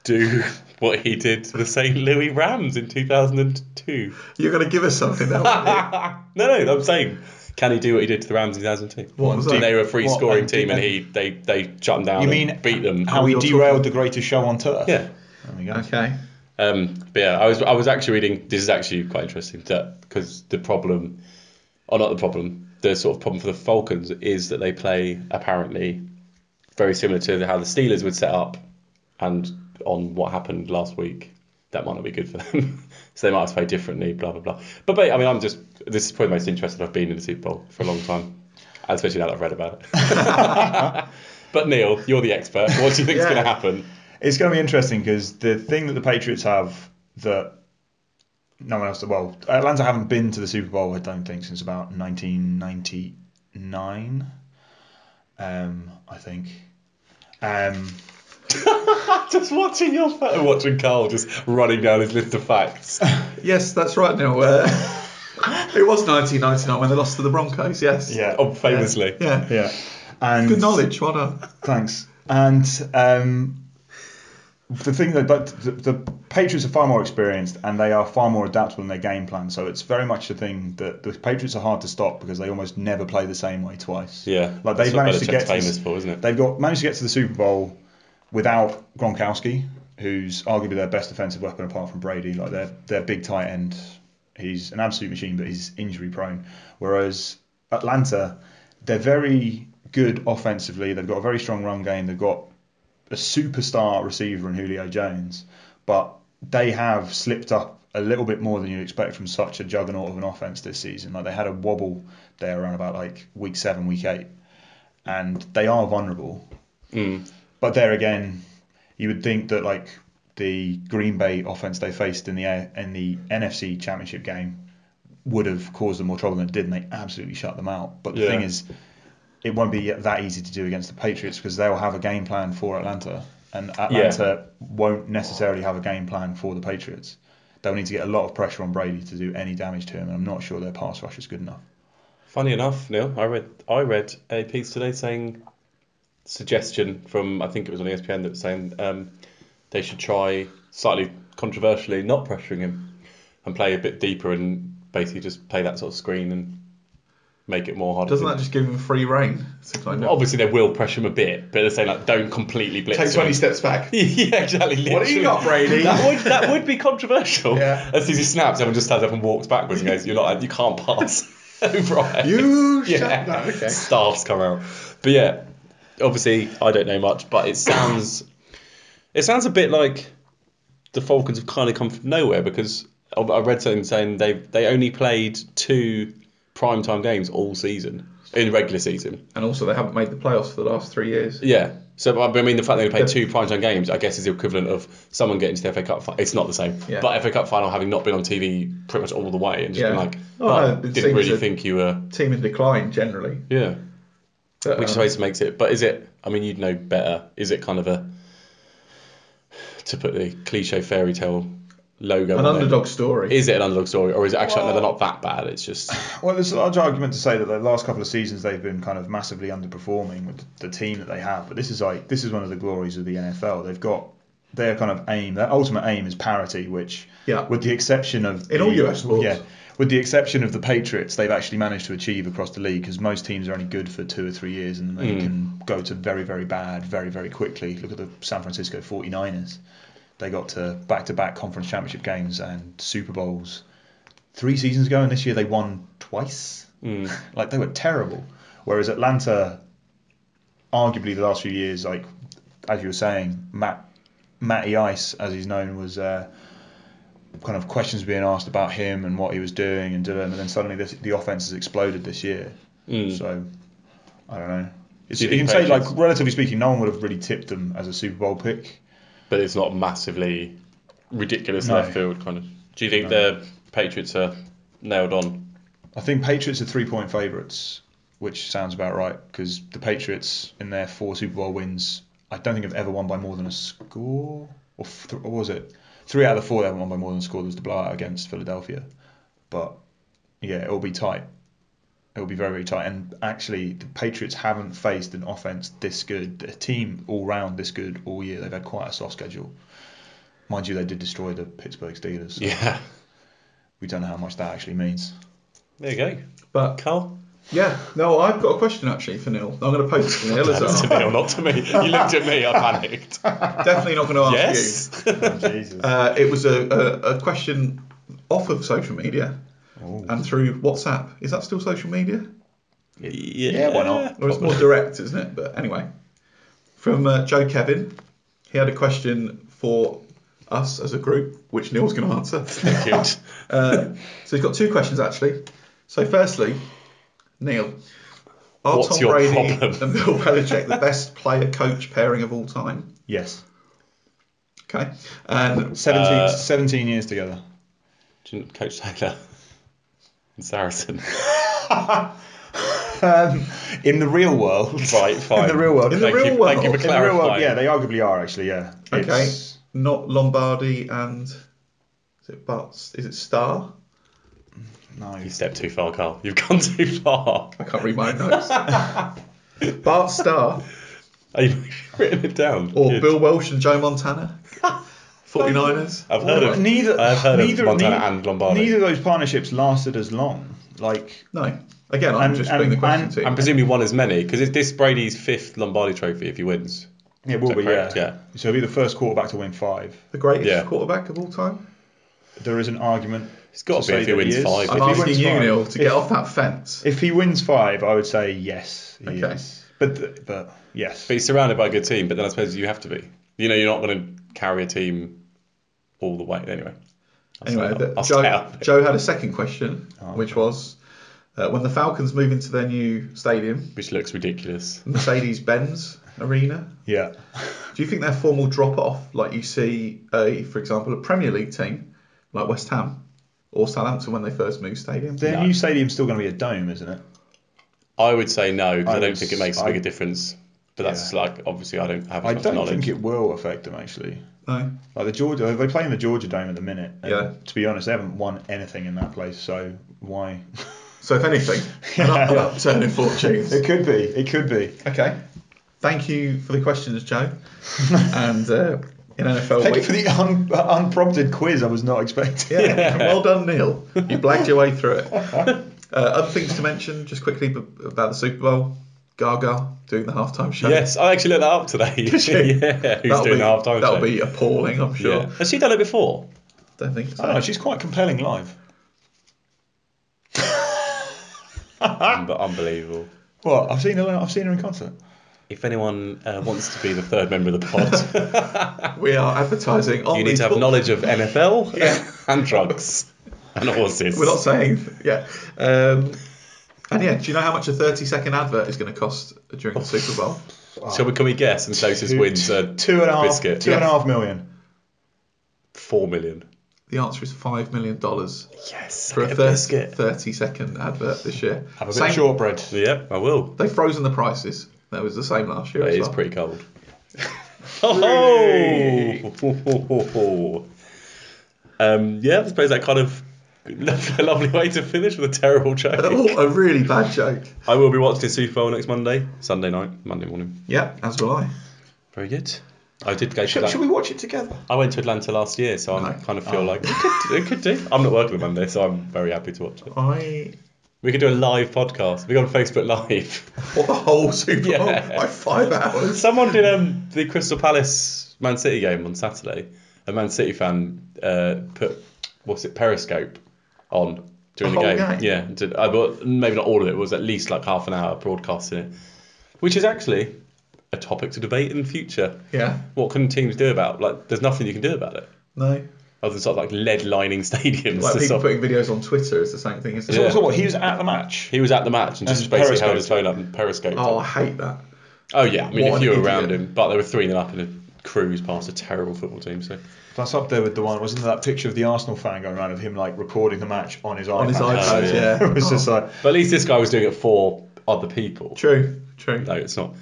do what he did to the St. Louis Rams in 2002? You're going to give us something now. aren't No, no, I'm saying, can he do what he did to the Rams in 2002? What was And that? they were a free What, scoring and team, did and they- he they they shut them down. and You mean beat them? How he You're talking- derailed the greatest show on turf. Yeah. There we go. you? Okay. Um, but yeah, I was I was actually reading. This is actually quite interesting that because the problem, or not the problem, the sort of problem for the Falcons is that they play apparently very similar to how the Steelers would set up, and on what happened last week, that might not be good for them. so they might have to play differently. Blah blah blah. But, but I mean, I'm just this is probably the most interested I've been in the Super Bowl for a long time, and especially now that I've read about it. but Neil, you're the expert. What do you think's Yeah. going to happen? It's going to be interesting because the thing that the Patriots have that no one else, well, Atlanta haven't been to the Super Bowl, I don't think, since about 1999, um, I think. Um, Just watching your photo, watching Carl just running down his list of facts. Yes, that's right, Neil. Uh, it was 1999 when they lost to the Broncos, yes. yeah, Oh, famously. Yeah. yeah. And Good knowledge, well done. Thanks. And um, the thing that but the, the Patriots are far more experienced and they are far more adaptable in their game plan. So it's very much a thing that the Patriots are hard to stop because they almost never play the same way twice. Yeah. Like That's they've what managed to Belichick's get to famous this- for, isn't it? They've got managed to get to the Super Bowl without Gronkowski, who's arguably their best defensive weapon apart from Brady. Like their their big tight end, he's an absolute machine, but he's injury prone. Whereas Atlanta, they're very good offensively. They've got a very strong run game. They've got a superstar receiver in Julio Jones, but they have slipped up a little bit more than you'd expect from such a juggernaut of an offense this season. Like they had a wobble there around about like week seven, week eight, and they are vulnerable. Hmm. But there again, you would think that like the Green Bay offense they faced in the A- in the NFC Championship game would have caused them more trouble than it did, and they absolutely shut them out. But the Yeah. thing is, it won't be that easy to do against the Patriots because they'll have a game plan for Atlanta, and Atlanta won't necessarily have a game plan for the Patriots. They'll need to get a lot of pressure on Brady to do any damage to him, and I'm not sure their pass rush is good enough. Funny enough, Neil, I read I read a piece today saying suggestion from I think it was on E ESPN that was saying um, they should try slightly controversially not pressuring him and play a bit deeper and basically just play that sort of screen and make it more hard. Doesn't that just give him free reign? Seems like no. Obviously, they will pressure him a bit, but they're saying like don't completely blitz. Take him. 20 steps back. yeah, exactly. What have literally. you got, Brady? That would, that would be controversial. Yeah. As soon as he snaps, everyone just stands up and walks backwards and goes, "You're not. You can't pass." O'Brien. You shut Yeah. no, okay. Staffs come out. But yeah, obviously I don't know much, but it sounds it sounds a bit like the Falcons have kind of come from nowhere because I- I read something saying they they only played two primetime games all season in regular season. And also, they haven't made the playoffs for the last three years. Yeah. So I mean, the fact they only played two primetime games, I guess, is the equivalent of someone getting to the FA Cup. Fi- it's not the same, Yeah. but FA Cup final having not been on TV pretty much all the way and just Yeah. been like, "Oh, Oh, no, it didn't seems really that- think you were, Team in decline generally. yeah." But, which uh, always makes it. But is it? I mean, you'd know better. Is it kind of a to put the cliche fairy tale logo? an on it, underdog story. Is it an underdog story, or is it actually no? They're not that bad. It's just Well, there's a large argument to say that the last couple of seasons they've been kind of massively underperforming with the team that they have. But this is like this is one of the glories of the NFL. They've got their kind of aim, their ultimate aim is parity, which Yeah. with the exception of In the- all US sports. yeah, with the exception of the Patriots, they've actually managed to achieve across the league because most teams are only good for two or three years and they can go to very very bad very very quickly. Look at the San Francisco 49ers. They got to back-to-back conference championship games and Super Bowls three seasons ago, and this year they won twice. mm, Like they were terrible. Whereas Atlanta, arguably the last few years, like as you were saying, Matt Matty Ice, as he's known, was uh, kind of questions being asked about him and what he was doing and doing, and then suddenly this, the offense has exploded this year. mm, So I don't know. It's, Do you you can think say like Patriots- relatively speaking, no one would have really tipped them as a Super Bowl pick. but it's not massively ridiculous No. left field kind of. Do you think the Patriots are nailed on? I think Patriots are three point favourites, which sounds about right because the Patriots, in their four Super Bowl wins, I don't think I've ever won by more than a score. Or, f- th- or was it three out of the four they haven't won by more than a score? There was the blowout against Philadelphia, but yeah, it'll be tight. It'll be very very tight. And actually, the Patriots haven't faced an offense this good, a team all round this good all year. They've had quite a soft schedule. Mind you, they did destroy the Pittsburgh Steelers. so Yeah. We don't know how much that actually means. There you go. But Carl? yeah, no, I've got a question actually for Neil. I'm going to pose it to Neil as That's to me well. or not to me. You looked at me, I panicked. Definitely not going to ask you. yes. Jesus. Uh, it was a, a, a question off of social media Oh. and through WhatsApp. Is that still social media? yeah, why not? Or it's more direct, isn't it? But anyway, from uh, Joe Kevin, he had a question for us as a group, which Neil's going to answer. Cute. Uh, so he's got two questions actually. So firstly, Neil, are What's Tom your Brady problem? and Bill Belichick the best player-coach pairing of all time? Yes. Okay, and 17, Uh, 17 years together. Didn't Coach Taylor and Saracen. Um, in the real world. Right, fine. In the real world. In the thank real you, Thank you world. for In In the real clarifying. world, yeah, they arguably are actually, yeah. Okay. It's- not Lombardi and is it Butts? Is it Star? no. You stepped too far, Carl. You've gone too far. I can't read my own notes. Bart Starr Are you written it down? or Good. Bill Welsh and Joe Montana, 49ers. I've heard of neither. I've heard neither, of Montana neither- and Lombardi. Neither of those partnerships lasted as long. Like, No, again, I'm And- just and- putting the question and- to you. And presumably one as many, because it's this Brady's fifth Lombardi trophy if he wins. yeah, will that be, correct? yeah. So he'll be the first quarterback to win five. the greatest Yeah. quarterback of all time. There is an argument. It's got To to be say if he that he wins is. five. I'm he If he- wins asking you, five- Neil, to if- get off that fence. If he wins five, I would say yes. He Okay. is. But, th- but yes. but he's surrounded by a good team, but then I suppose you have to be. You know, you're not going to carry a team all the way. Anyway. I'll Anyway, stay the- up. I'll stay Joe, up. Joe had a second question, Oh, which okay. was uh, when the Falcons move into their new stadium, Which looks ridiculous. Mercedes Benz Arena, yeah. do you think their form will drop off like you see, a, for example, a Premier League team like West Ham or Southampton when they first moved stadium? Their No. new stadium's still going to be a dome, isn't it? I would say no, because I, I don't would think it makes a s- big a I- difference. But that's like, obviously, I don't have as I much don't knowledge. think it will affect them actually. No. Like the Georgia, they play in the Georgia Dome at the minute. and Yeah. To be honest, they haven't won anything in that place, so why? So if anything, an, up, an upturn in fortunes. It could be. It could be. Okay. Thank you for the questions, Joe. and uh, in NFL Thank you week. for the un- uh, unprompted quiz. I was not expecting. Yeah. Well done, Neil. You blagged your way through it. Uh, other things to mention, just quickly b- about the Super Bowl. Gaga doing the halftime show. Yes, I actually looked that up today. you? yeah, who's that'll doing be, half time? That'll be appalling, I'm sure. Has she done it before? Don't think so. I don't know. She's quite compelling live. Unbe- unbelievable. What? I've seen her. I've seen her in concert. If anyone uh, wants to be the third member of the pod, we are advertising on you need these to have books. knowledge of NFL and drugs and horses. We're not saying, yeah. Um, and yeah, do you know how much a 30 second advert is going to cost during the Super Bowl? Shall we, can we guess? And closest wins uh, Two and a half. Biscuit. two and a Yeah. half million. four million. The answer is $5 million for Yes. a get 30, 30 second advert this year. Have a bit Same- of shortbread. Yeah, I will. They've frozen the prices. That was the same last year. But as it is well. pretty cold. oh! um, yeah, I suppose that kind of a lovely way to finish with a terrible joke. Oh, a really bad joke. I will be watching Super Bowl next Monday, Sunday night, Monday morning. Yeah, as will I. Very good. I did go to Should, Atlan- should we Oh. watch it together? I went to Atlanta last year, so I No. kind of feel like it could, it could do. I'm not working on Monday, so I'm very happy to watch it. I We could do a live podcast. We go on Facebook Live. what the whole Super Bowl Yeah. by five hours. Someone did um, the Crystal Palace Man City game on Saturday. A Man City fan uh, put what's it Periscope on during The the, whole game. game? Yeah, did, I but maybe not all of it. it was at least like half an hour broadcasting it, which is actually a topic to debate in future. Yeah. What can teams do about? Like, there's nothing you can do about it No. other than sort of like lead lining stadiums. Like to people stop- putting videos on Twitter is the same thing, isn't Yeah. it? So what? He was at the match. He was at the match and just And basically held periscoped. his phone up and periscoped. Oh, it. I hate that. oh yeah, I mean what if an you were idiot. around him, but they were three 0 up in a cruise past a terrible football team. So That's up there with the one. Wasn't there that picture of the Arsenal fan going around of him like recording the match on his iPad? On his Oh, iPad, yeah. yeah. it was just like But at least this guy was doing it for other people. True, true. No, it's not.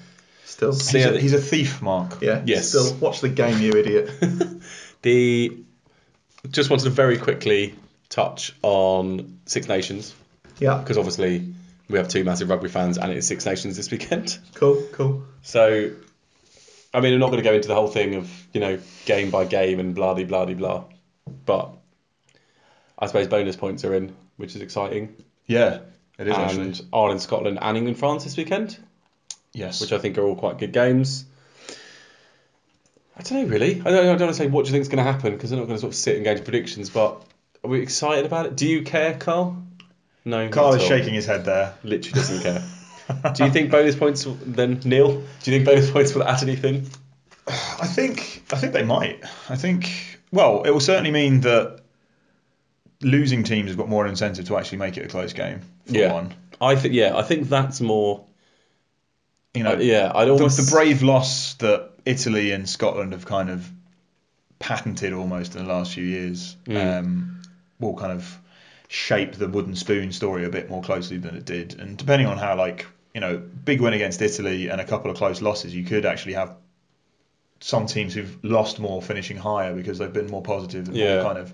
Still, See He's ya. a, he's a thief, Mark. yeah, Yes. Still, watch the game, you idiot. The just wanted to very quickly touch on Six Nations yeah, because obviously we have two massive rugby fans and it is Six Nations this weekend. cool, cool. So, I mean, I'm not going to go into the whole thing of you know game by game and blah de blah de blah, but I suppose bonus points are in, which is exciting. Yeah, it is actually. And Ireland, Scotland, and England, France this weekend, Yes. which I think are all quite good games. I don't know really. I don't, I don't want to say what do you think is going to happen because I'm not going to sort of sit and gauge predictions. But are we excited about it? Do you care, Carl? No. not Carl at is all. shaking his head there. Literally doesn't care. do you think bonus points will- then nil? Do you think bonus points will add anything? I think I think they might. I think well, it will certainly mean that losing teams have got more incentive to actually make it a close game. For Yeah. one, I think yeah, I think that's more. you know, Yeah, I'd the, almost the brave loss that Italy and Scotland have kind of patented almost in the last few years Mm. um, will kind of shape the wooden spoon story a bit more closely than it did. And depending on how like you know big win against Italy and a couple of close losses, you could actually have some teams who've lost more finishing higher because they've been more positive and Yeah. more kind of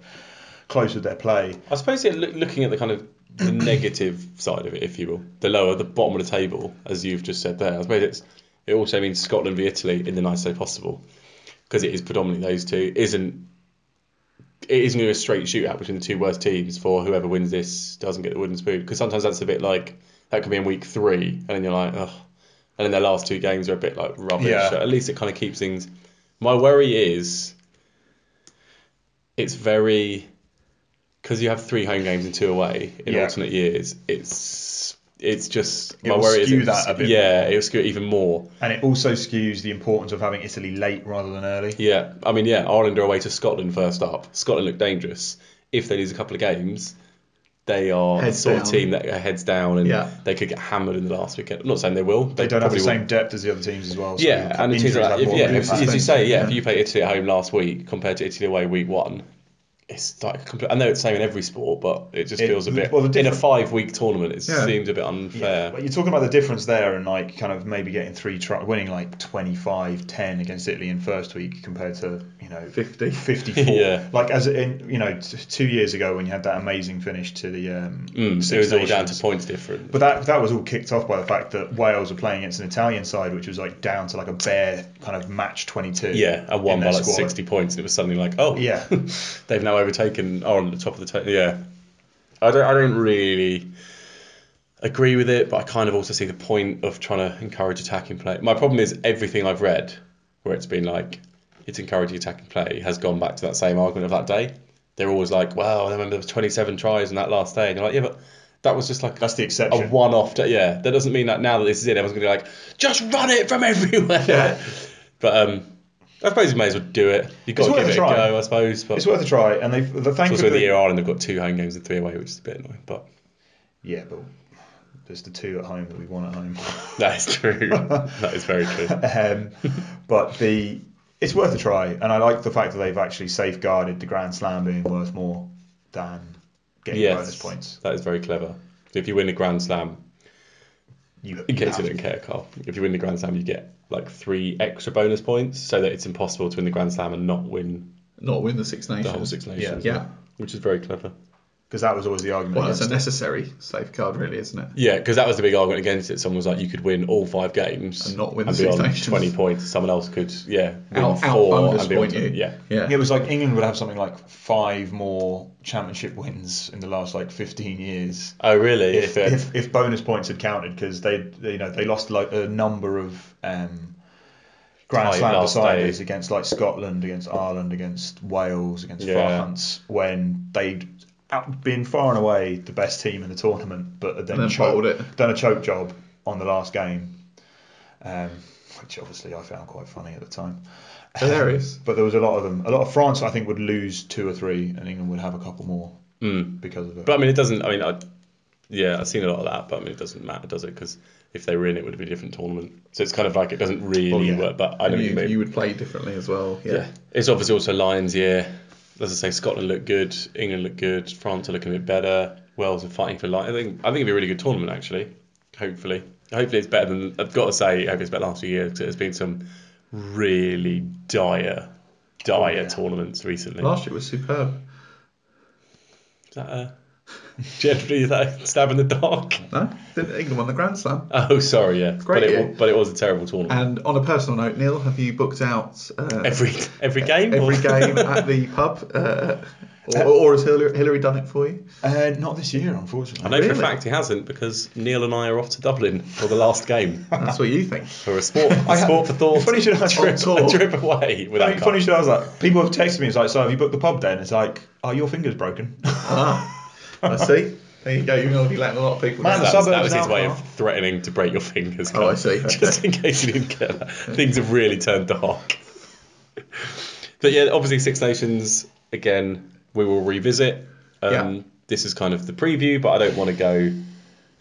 close with their play. I suppose yeah, loo- looking at the kind of the negative side of it, if you will, the lower, the bottom of the table, as you've just said there. I suppose it's it also means Scotland v Italy in the nicest way possible, because it is predominantly those two. Isn't it isn't going to be a straight shootout between the two worst teams for whoever wins this doesn't get the wooden spoon. Because sometimes that's a bit like that could be in week three, and then you're like, ugh. And then their last two games are a bit like rubbish. Yeah. So at least it kind of keeps things. My worry is it's very because you have three home games and two away in Yeah. alternate years. It's it's just It will skew it's- that a bit Yeah, it'll skew it even more. And it also skews the importance of having Italy late rather than early. Yeah, I mean, yeah, Ireland are away to Scotland first up. Scotland look dangerous. If they lose a couple of games, they are Heads the sort of down. team that are heads down and Yeah. they could get hammered in the last weekend. I'm not saying they will. They don't have the probably same will. depth as the other teams as well. Yeah, and the teams like that. If, more yeah, of an if, impact. as you say, yeah, Yeah. if you play Italy at home last week compared to Italy away week one, it's like a complete, I know it's the same in every sport, but it just It- feels a bit. well, the in a difference- five week tournament, it Yeah. seems a bit Yeah, unfair. but you're talking about the difference there and like kind of maybe getting three try winning like 25 10 against Italy in first week compared to you know 50. 54 Yeah. like as in you know t- two years ago when you had that amazing finish to the um Mm, Six it was all down Nations. to points difference. but that that was all kicked off by the fact that Wales were playing against an Italian side which was like down to like a bare kind of match 22 Yeah, and in one by their like squad. 60 points, and it was suddenly like, oh, Yeah. they've now overtaken Ireland at the top of the table. Yeah. I don't, I don't really agree with it, but I kind of also see the point of trying to encourage attacking play. My problem is everything I've read where it's been like, it's encouraging attacking play has gone back to that same argument of that day. They're always like, wow, I remember there was 27 tries on that last day. And you're like, yeah, but that was just like that's the a exception one-off. Day. Yeah, that doesn't mean that now that this is it, everyone's gonna be like, just run it from everywhere. Yeah. But um, I suppose you may as well do it. You've got It's to worth give a it a try. go, I suppose. But it's worth a try and they've the it's thankfully also in the year Ireland have got two home games and three away, which is a bit annoying. But yeah but there's the two at home that we won at home that is true. that is very true. um, but the it's worth a try, and I like the fact that they've actually safeguarded the Grand Slam being worth more than getting Yes, bonus points. that is very clever. If you win the Grand Slam, You, in case you have- don't care, Carl, if you win the Grand Slam, you get like three extra bonus points, so that it's impossible to win the Grand Slam and not win Not win the Six Nations. the whole Six Nations. Yeah. which is very clever. because that was always the argument. Well, it's a against it. necessary safeguard, really, isn't it? Yeah, because that was the big argument against it. Someone was like, you could win all five games And not win and the be Six on Nations. twenty points. Someone else could, yeah, win Out, out four bonus and be on point you. yeah. Yeah. It was like England would have something like five more championship wins in the last like 15 years. Oh really? If, it- if, if bonus points had counted because they, they you know they lost like a number of um, Grand Tight Slam last deciders day. against like Scotland, against Ireland, against Wales, against Yeah. France when they'd out, been far and away the best team in the tournament, but had then, then choked- bottled it. done a choke job on the last game, um, which obviously I found quite funny at the time. Hilarious. But there was a lot of them. A lot of France, I think, would lose two or three, and England would have a couple more Mm. because of it. but I mean, it doesn't. I mean, I, yeah, I've seen a lot of that, but I mean, it doesn't matter, does it? Because if they were in, it would have been a different tournament. So it's kind of like it doesn't really Well, yeah. work. But I know And what you you, mean. you would play differently as well. Yeah. yeah. it's obviously also Lions' year. As I say, Scotland look good, England look good, France are looking a bit better, Wales are fighting for life. I think I think it'd be a really good tournament actually. Hopefully, Hopefully, it's better than I've got to say. Hopefully, it's better than the last few years 'cause there's been some really dire, dire tournaments recently. Last year was superb. Is that a, Jeffrey, is that a stab in the dark? No, didn't England won the Grand Slam? Oh, sorry, yeah. Great but, it, year. wa- but it was a terrible tournament. Uh, And on a personal note, Neil, have you booked out uh, every every e-, game. or- every game at the pub, uh, or, or has Hillary, Hillary done it for you? Uh, not this year, I unfortunately. know for a Really? fact he hasn't because Neil and I are off to Dublin for the last game That's what you think. for a sport, a sport for thought. Funny you should ask for a a trip, a tour. trip away without Funny, funny should I was like, people have texted me. It's like, so have you booked the pub then? It's like, oh, your finger's broken. Ah, I see. There you go. You're going to be letting a lot of people Man, down. That was, that was his Suburbs way now. of threatening to break your fingers. Oh, I see. Just in case you didn't get that. Things have really turned dark. but yeah, obviously Six Nations again. We will revisit. Um, Yeah. This is kind of the preview, but I don't want to go.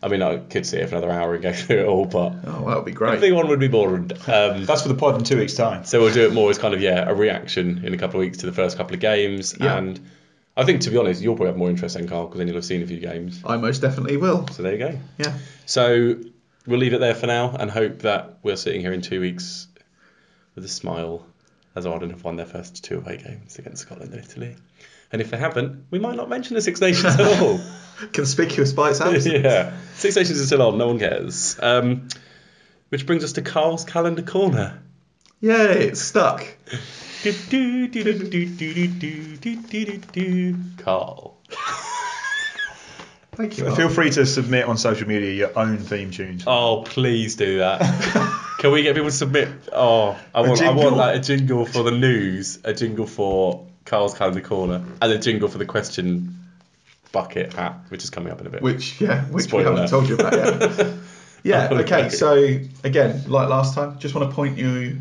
I mean, I could sit here for another hour and go through it all, but Oh, well, that would be I great. think one would be boring. Um, That's for the pod in two weeks' time. so we'll do it more as kind of yeah a reaction in a couple of weeks to the first couple of games, Yeah. and I think to be honest, you'll probably have more interest in Carl because then you'll have seen a few games. I most definitely will. So there you go. Yeah. So we'll leave it there for now and hope that we're sitting here in two weeks with a smile as Ireland have won their first two away games against Scotland and Italy. And if they haven't, we might not mention the Six Nations at all. Conspicuous by its absence. yeah, Six Nations is still on, no one cares. Um, which brings us to Carl's calendar corner. Yay, it's stuck. Carl. Thank you. Mark. Feel free to submit on social media your own theme tunes. Oh, please do that. Can we get people to submit? Oh, I want, I want jingle? like a jingle for the news, a jingle for Carl's Calendar Corner, and a jingle for the question bucket hat, which is coming up in a bit. Which, yeah, which Spoiler we haven't alert. told you about yet. yeah, Oh, okay, okay. so again, like last time, just want to point you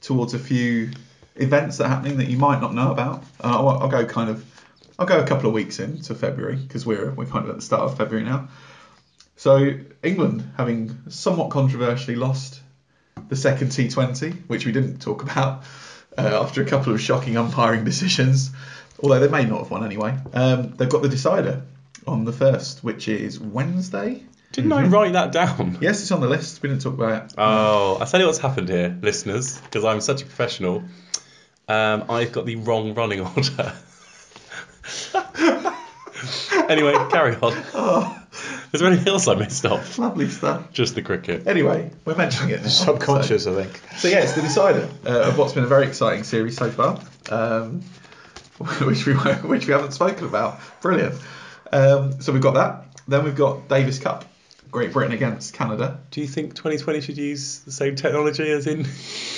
towards a few events that are happening that you might not know about. Uh, I'll, I'll go kind of, I'll go a couple of weeks into February because we're, we're kind of at the start of February now. So England, having somewhat controversially lost the second T20, which we didn't talk about uh, after a couple of shocking umpiring decisions, although they may not have won anyway. Um, they've got the decider on the first, which is Wednesday. Didn't I write that down? Yes, it's on the list. We didn't talk about it. Oh, I tell you what's happened here, listeners, because I'm such a professional. Um, I've got the wrong running order. anyway, carry on. Is there anything else I missed off? Oh, Lovely stuff. Just the cricket. Anyway, we're mentioning it. now. Subconscious, I think. So, so yeah, it's the decider uh, of what's been a very exciting series so far, um, which we won't- which we haven't spoken about. Brilliant. Um, so we've got that. Then we've got Davis Cup, Great Britain against Canada. Do you think 2020 should use the same technology as in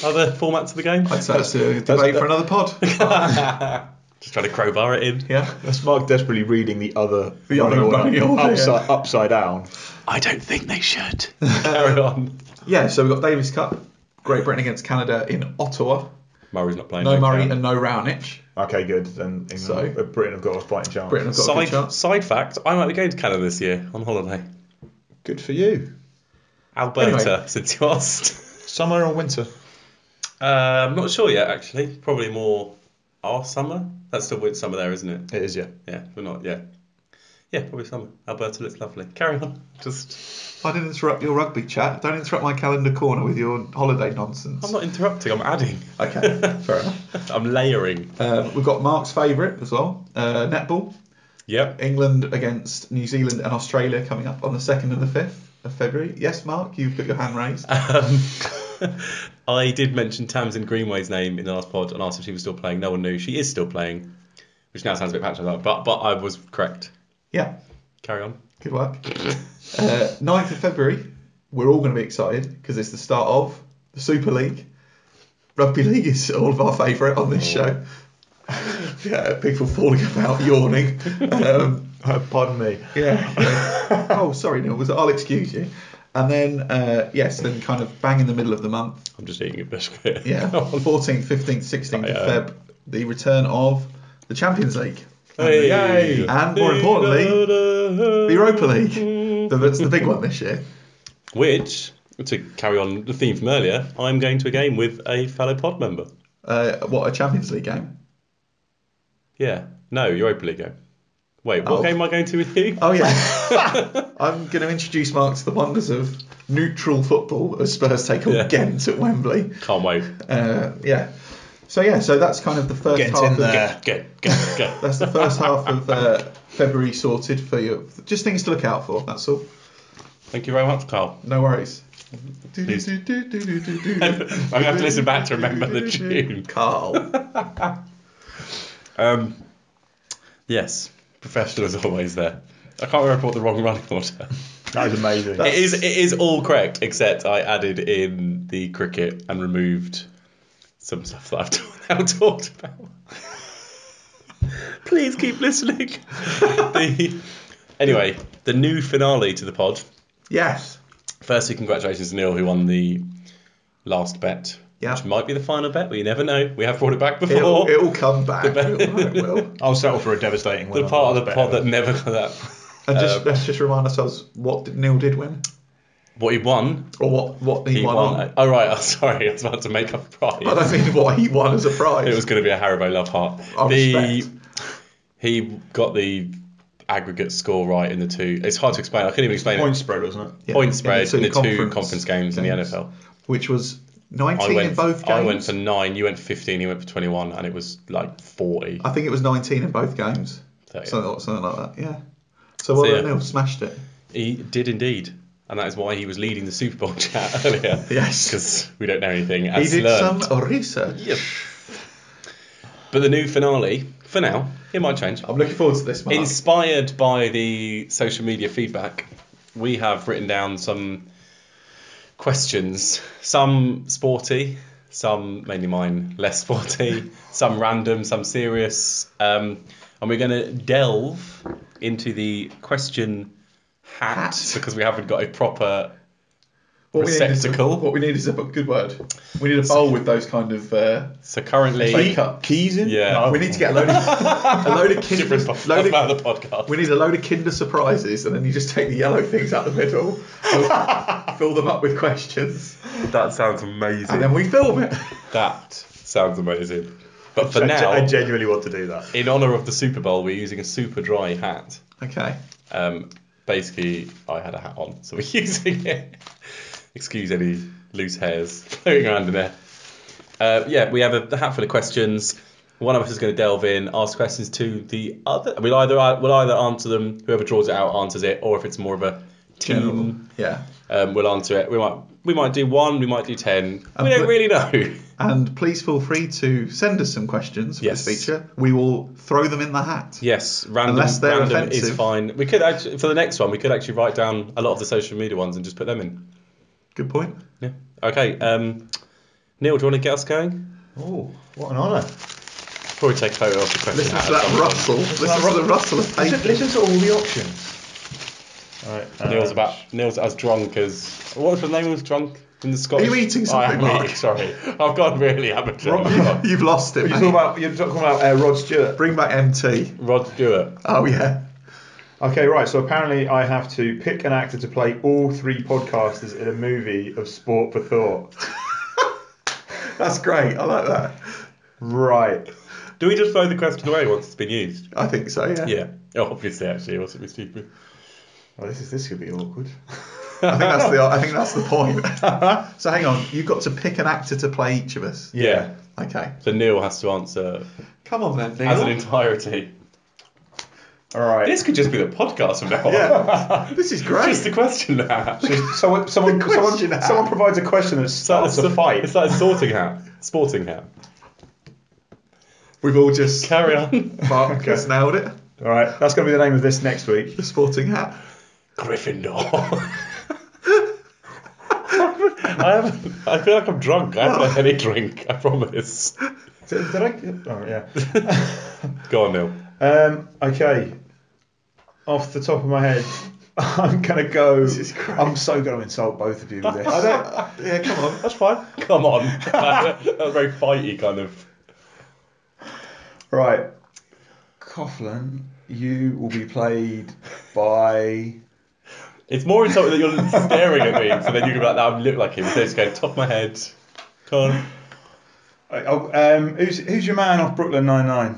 other formats of the game? I'd say that's a debate for another pod. Just trying to crowbar it in. Yeah. That's Mark desperately reading the other The other running order, upside, yeah. upside down. I don't think they should. Carry on. Yeah, so we've got Davis Cup, Great Britain against Canada in Ottawa. Murray's not playing. No okay. Murray and no Rownich. Okay, good. Then England, So- uh, Britain have got a fighting chance. Britain have got a Side, good chance. side fact, I might be going to Canada this year on holiday. good for you. Alberta, Anyway. since you asked. Summer or winter? Uh, I'm not sure yet, actually. Probably more our summer. That's still win- summer there, isn't it? It is, yeah. Yeah, we're not, yeah. Yeah, probably summer. Alberta looks lovely. Carry on. Just, I didn't interrupt your rugby chat. Don't interrupt my calendar corner with your holiday nonsense. I'm not interrupting, I'm adding. Okay, fair enough. I'm layering. Um, we've got Mark's favourite as well, uh, netball. Yep. England against New Zealand and Australia coming up on the 2nd and the 5th of February. Yes, Mark, you've got your hand raised. Um, I did mention Tamsin Greenway's name in the last pod and asked if she was still playing. No one knew. She is still playing, which now sounds a bit patronising, but but I was correct. Yeah, Carry on. good work. Uh, 9th of February, we're all going to be excited because it's the start of the Super League. Rugby League is all of our favourite on this Oh. show. yeah, people falling about, yawning. Um, Uh, pardon me. Yeah. oh, sorry, Neil. Was I'll excuse you. And then uh, yes, then kind of bang in the middle of the month. I'm just eating a biscuit. Oh, Yeah. Come on. 14th, 15th, 16th Yeah. of Feb, the return of the Champions League. Hey. And more importantly, the Europa League. So That's the big one this year. Which, to carry on the theme from earlier, I'm going to a game with a fellow pod member. Uh, what a Champions League game. Yeah. No, Europa League game. Wait, what Oh. game am I going to with you? Oh yeah, I'm going to introduce Mark to the wonders of neutral football as Spurs take on Yeah. Ghent at Wembley. Can't wait. Uh, yeah. So yeah, so that's kind of the first Ghent half. in of, there. Get, get, get, get. That's the first half of uh, February sorted for you. Just things to look out for. That's all. Thank you very much, Carl. No worries. I'm Please. I'm gonna have to listen back to remember the tune. Carl. Um, yes, professional as always. There, I can't remember what the wrong running order. That was amazing. It is it is all correct except I added in the cricket and removed some stuff that I've t- now talked about. Please keep listening. the, anyway, the new finale to the pod. Yes. Firstly, congratulations to Neil who won the last bet, Yeah. which might be the final bet, but you never know. We have brought it back before. It'll, it'll come back. It will, it will. I'll settle for a devastating win. the on part of last the bet pod that ever. never got that. And just, Um, let's just remind ourselves what did- Neil did win, What he won, or what what he, he won. won. on. Oh right, I'm sorry, I was about to make up a prize. I don't mean what he won as a prize. It was going to be a Haribo love heart. I the Oh, respect. he got the aggregate score right in the two. It's hard to explain. I couldn't even explain point it. spread, wasn't it? Yeah, Point spread in the two, conference conference, games, in the games, NFL. which was I 19 went. in both games. I went for nine. You went for fifteen. He went for twenty-one, and it was like forty. I think it was 19 in both games. So, yeah. Something, something like that. Yeah. So well So, done, yeah. Neil smashed it. He did indeed, and that is why he was leading the Super Bowl chat earlier. Yes. because we don't know anything. He As did learned. some research. Yep. But the new finale, for now, it might change. I'm looking forward to this. Mark. Inspired by the social media feedback, we have written down some questions. Some sporty, some mainly mine less sporty, some random, some serious. Um, and we're going to delve into the question hat, Hat. because we haven't got a proper. What we need is a- receptacle. what we need is a good word. We need a bowl with those kind of. Uh, So currently, Fake up. Keys in? Yeah. No, we need to get a load of a load of Kinder. different podcast. Load That's of, about the podcast. we need a load of Kinder surprises, and then you just take the yellow things out the middle, and fill them up with questions, that sounds amazing. and then we film it. That sounds amazing. But for I, now, I genuinely want to do that. in honour of the Super Bowl, we're using a super dry hat. Okay. Um, basically, I had a hat on, so we're using it. Excuse any loose hairs floating around in there. Uh, yeah, we have a, a hat full of questions. One of us is going to delve in, ask questions to the other. We'll either uh, we'll either answer them. Whoever draws it out answers it, or if it's more of a General. team, Yeah. um, we'll answer it. We might we might do one, we might do ten. And Uh, we don't put- really know. And please feel free to send us some questions for Yes. this feature. We will throw them in the hat. Yes, random, Unless they're random is offensive. fine. We could actually for the next one, we could actually write down a lot of the social media ones and just put them in. Good point. Yeah. Okay. Um, Neil, do you want to get us going? Oh, what an honour. Probably take a photo of the question. Listen hat to at that some point. rustle. Listen to the rustle of Listen, paper. listen to all the options. All right, uh, Neil's about Neil's as drunk as what was the name? He Was drunk in the Scottish. you eating something, I am Mark? eating, sorry, I've gone really amateur. Rob- You've lost it. You're mate. talking about, you're talking about uh, Rod Stewart. Bring back MT. Rod Stewart. Oh yeah. Okay, right. So apparently, I have to pick an actor to play all three podcasters in a movie of Sport for Thought. That's great. I like that. Right. Do we just throw the question away once it's been used? I think so. Yeah. Yeah. Oh, obviously, actually, it wasn't stupid. Well, this is this could be awkward. I think that's the. I think that's the point. so hang on. You've got to pick an actor to play each of us. Yeah. Okay. So Neil has to answer Come on then, Neil. as an entirety. All right. This could just be the podcast from now on. Yeah. this is great. Just the question hat. Just someone, someone, question someone, hat. someone provides a question that starts a fight. It's like a sorting hat. Sporting hat. We've all just. Carry on. Mark has nailed it. All right, that's going to be the name of this next week. The sporting hat. Gryffindor. I haven't. I feel like I'm drunk. I haven't had any drink. I promise. Did, did I? Oh yeah. Go on, Neil. Um, okay. Off the top of my head, I'm gonna go. is great. I'm so gonna insult both of you with this. I don't. Yeah. Come on. That's fine. Come on. that was very fighty, kind of. Right, Coughlin, you will be played by. It's more insulting that you're staring at me, so then you can be like, "Now I look like him." So it's going top of my head. Come on. Oh, um, who's who's your man off Brooklyn Nine Nine?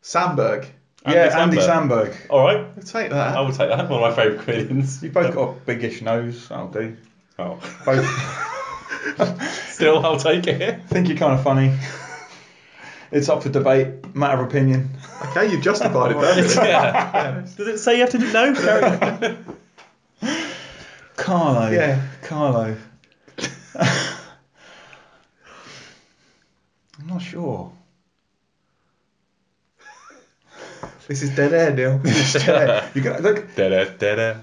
Sandberg. yeah, Andy Sandberg. All right, Take I that. will take that. One of my favourite comedians. You both got a biggish nose. That'll do. Oh. Both Still, I'll take it. think you're kind of funny. It's up for debate, matter of opinion. Okay, you've justified it perfectly. Yeah. Does it say you have to know? Carry on. Carlo. Yeah. Carlo. I'm not sure. this is dead air, Neil. Yeah, you can, look, Da-da, da-da,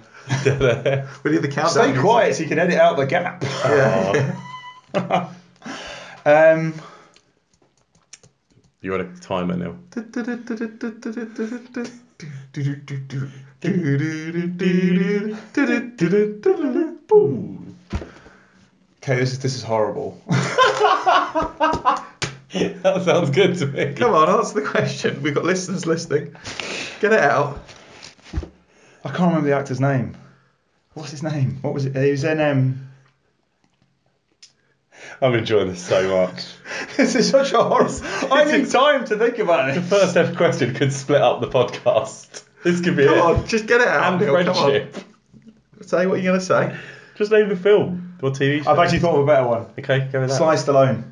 da-da. We need the countdown. stay quiet so you can edit out the gap. Yeah. Um, You're on a timer now. Boom. okay, this is this is horrible. That sounds good to me. Come on, answer the question. We've got listeners listening. Get it out. I can't remember the actor's name. What's his name? What was it? It was in um. I'm enjoying this so much. this is such a horrible. I This need is- time to think about it. First ever question could split up the podcast. This could be Come it. on, just get it out. And Neil, come on. friendship. Say what you're going to say. Just name the film or TV show. I've actually thought of a better one. okay, go with that. Sly Stallone.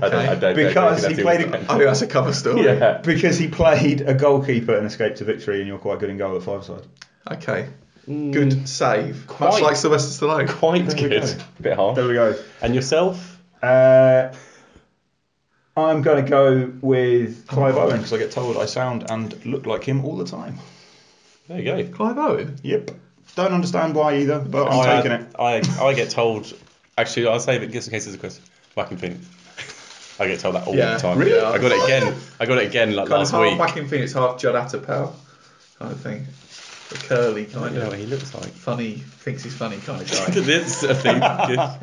I don't, I Okay. don't, Because he played a- I think that's a cover story. Yeah. Because he played a goalkeeper and escaped to victory, and you're quite good in goal at five side. Okay. Good Mm. save. Much Quite. like Sylvester Stallone. Quite we good. go. Bit hard. There we go. And yourself? Uh, I'm going to go with Clive Owen because I get told I sound and look like him all the time. There you go. Clive Owen. Yep. Don't understand why either, but I'm I- taking it. I, I get told. Actually, I'll save it just in case there's a question. Whacking Phoenix. I get told that all Yeah, the time. really? I got it again. I got it again like Kind last of half week. Whacking Phoenix, half Judd Apatow kind of thing. The curly I kind don't know of what he looks like. funny, thinks he's funny kind of guy. this I think. I've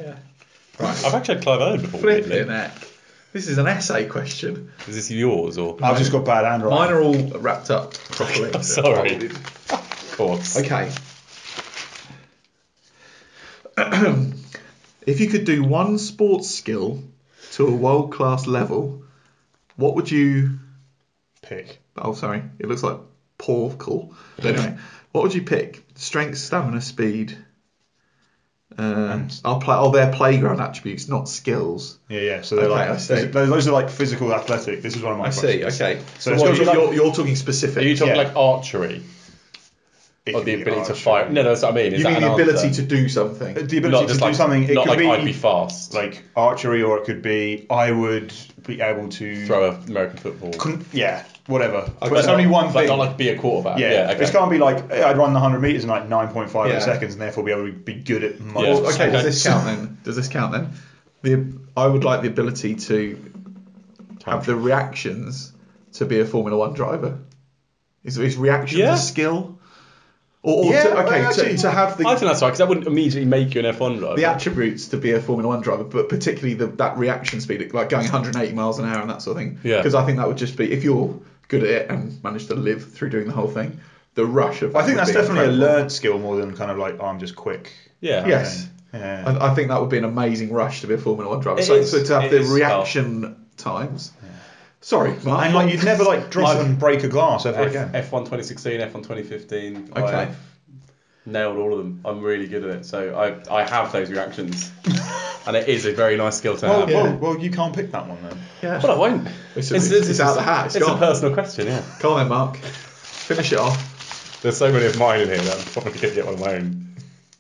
right. actually had Clive Owen before. Flipping weirdly. heck. This is an essay question. Is this yours or? I've just got bad handwriting. Mine are all wrapped up properly. I'm sorry. Folded. Of course. Okay. if you could do one sports skill to a world class level, what would you? pick. Oh, sorry, it looks like porkle. But anyway, what would you pick? Strength, stamina, speed. Um, I'll play. Oh, they're playground attributes, not skills. Yeah, yeah. So they're Okay, I like see. those, those- those are like physical athletic. This is one of my. I see. Okay. So So, it's what, gotta be you're, like- you're, you're talking Are you specific. talking Yeah. like archery It or could the be ability to archery. fight? No, no, that's what I mean. Is You that an mean the ability answer? to Uh, do something? The ability not to just do like something. It not could like be I'd be fast. like archery, or it could be I would be able to throw a American football. Couldn't- yeah, whatever. But But it's only one but thing. not like be a quarterback. yeah, Yeah. okay. it's can't be like "Hey, I'd run the hundred meters in like nine point five Yeah. seconds, and therefore be able to be good at most. Yeah. Well, okay, does Okay. this count then? Does this count then? The I would like the ability to have the reactions to be a Formula One driver. Is is reaction Yeah. a skill? Or, or Yeah, to, okay, well, to, actually- to have I think the, that's right because that wouldn't immediately make you an F1 driver. the attributes to be a Formula One driver, but particularly the, that reaction speed, like going 180 miles an hour and that sort of thing. Yeah. Because I think that would just be if you're good at it and manage to live through doing the whole thing, the rush of. I think that would that's be definitely incredible. a learned skill more than kind of like oh, I'm just quick. yeah. Yeah. kind of Yes. thing. Yeah. I, I think that would be an amazing rush to be a Formula One driver. It So, is. so to have It the is. reaction times. Sorry, Mark. and like you'd never like drop and break a glass ever again. F, F1 2016, F1 2015. Okay. I've nailed all of them. I'm really good at it. So I, I have those reactions. and it is a very nice skill to well, have. Oh, well, well, you can't pick that one then. Yeah. But I won't. It's- it's out the hat, it's It's a gone. personal question, yeah. Come on, then, Mark. Finish it off. There's so many of mine in here that I'm probably going to get one of my own.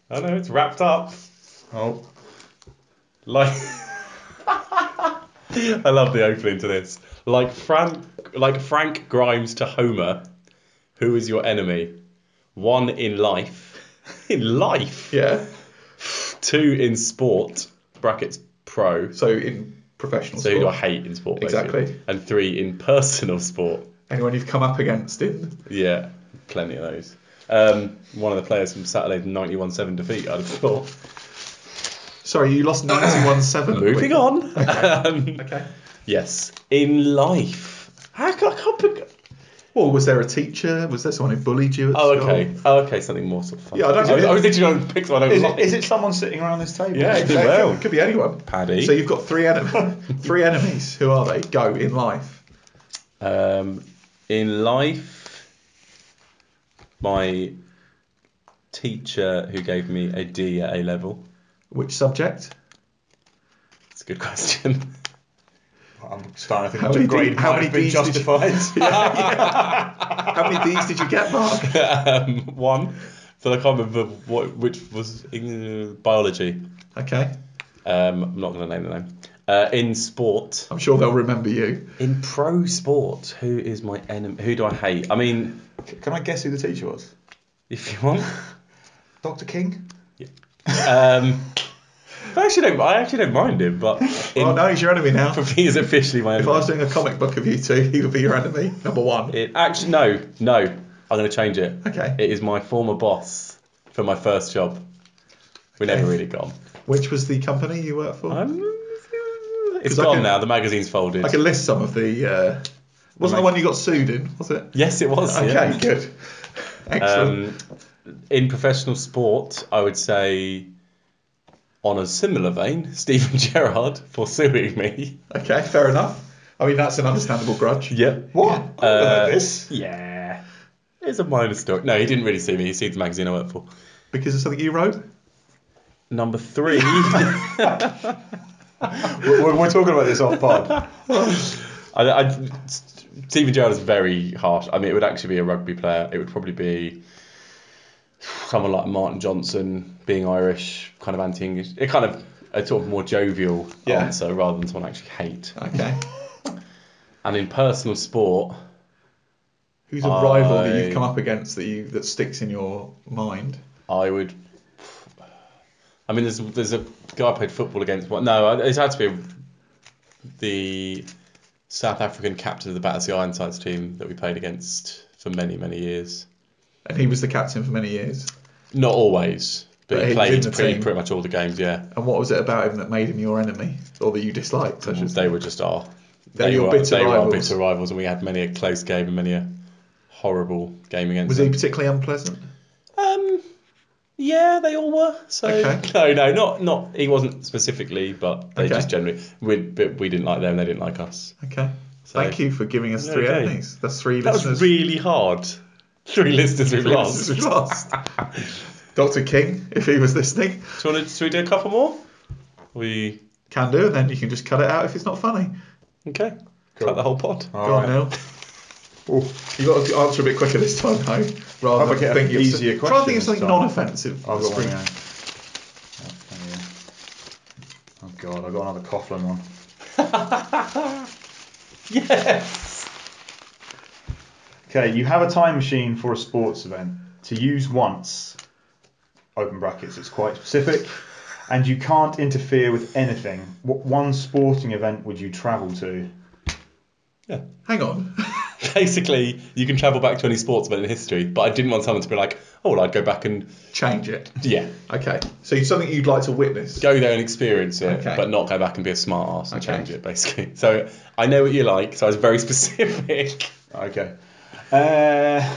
I know, it's wrapped up. Oh, Like. I love the opening to this. Like Frank, like Frank Grimes to Homer, who is your enemy? One in life, in life. Yeah. Two in sport brackets pro. So in professional So who do I sport, hate in sport? Exactly. basically. And three in personal sport. anyone you've come up against in Yeah, plenty of those. Um, one of the players from Saturday's 91-7 defeat, I'd have thought. Sorry, you lost 91-7. Moving on. Um, Okay. yes, in life. How can I can't pick- Well, was there a teacher? Was there someone who bullied you at Oh, school? okay. Oh, okay, something more sort of fun. Yeah, I don't- I was, I was literally going to pick someone I is don't it, like. is it someone sitting around this table? Yeah, It it's- could, Well. could be anyone. Paddy. So you've got three, en- three enemies. Who are they? Go in life. Um, in life, my teacher who gave me a D at A level. Which subject? It's a good question. I'm starting to How many think the grade D- might how have many been Ds did you- justified. How many D's did you get, Mark? um, one, but I can't remember what which was in uh, biology. Okay, Um, I'm not going to name the name. Uh, in sport, I'm sure they'll remember you. in pro sport, who is my enemy? Who do I hate? I mean, Can I guess who the teacher was? if you want, Dr. King? um, I actually don't. I actually don't mind him, but in, Oh no, he's your enemy now. If he's officially my I was enemy. doing a comic book of you two, he would be your enemy. Number one. It, actually, no, no. I'm going to change it. Okay. It is my former boss for my first job. We never Okay. really got on. Which was the company you worked for? Um, it's 'Cause I gone can- now. The magazine's folded. I can list some of the. Uh, wasn't the one you got sued in? Was it? Yes, it was. Okay, yeah. good. Excellent. Um, in professional sport, I would say, on a similar vein, Stephen Gerrard for suing me. okay, fair enough. I mean, that's an understandable grudge. Yep. What? I've never Uh, heard this. Yeah. It's a minor story. No, he didn't really sue me. He sued the magazine I work for. Because of something you wrote? Number three. We're, we're talking about this off pod. I, I, Stephen Gerrard is very harsh. I mean, it would actually be a rugby player. It would probably be someone like Martin Johnson, being Irish, kind of anti-English. It kind of a sort of more jovial Yeah. answer rather than someone I actually hate. Okay. And in personal sport, Who's a rival that I- you've come up against that you that sticks in your mind? I would. I mean, there's there's a guy I played football against. Well, no, I- it's had to be the South African captain of the Battersea Ironsides team that we played against for many many years. And he was the captain for many years. Not always, but, But he he was played in the pretty, team. pretty much all the games. Yeah, And what was it about him that made him your enemy or that you disliked? I should say? they were just our. They're your bitter they were our rivals. bitter rivals, and we had many a close game and many a horrible game against Was them. he particularly unpleasant? Um, yeah, they all were. So no, Okay. no, not not. He wasn't specifically, but they Okay. just generally. We but we didn't like them. They didn't like us. Okay. So- Thank you for giving us Yeah, three okay. enemies. That's three That listeners. was really hard. Three listeners we've three lost. listeners Do we've lost. Dr. King, if he was listening, you want to, should we do a couple more? We can do, and then you can just cut it out if it's not funny. okay. Cool. Cut the whole pod. All Go on, right. Neil. Oh, You've got to answer a bit quicker this time, though, Have a rather get than a think of- easier Try and think of question this something time. non-offensive. I've got one Spring. now. Oh, God, I've got another Coughlin one. Yes. Okay, you have a time machine for a sports event to use once, open brackets, it's quite specific, and you can't interfere with anything. What one sporting event would you travel to? Yeah. Hang on. Basically, you can travel back to any sports event in history, but I didn't want someone to be like, "Oh, well, I'd go back and Change it. yeah, Okay. So it's something you'd like to witness. go there and experience it, Okay. but not go back and be a smart ass and Okay. change it." Basically, so I know what you like, so I was very specific. Okay. Uh,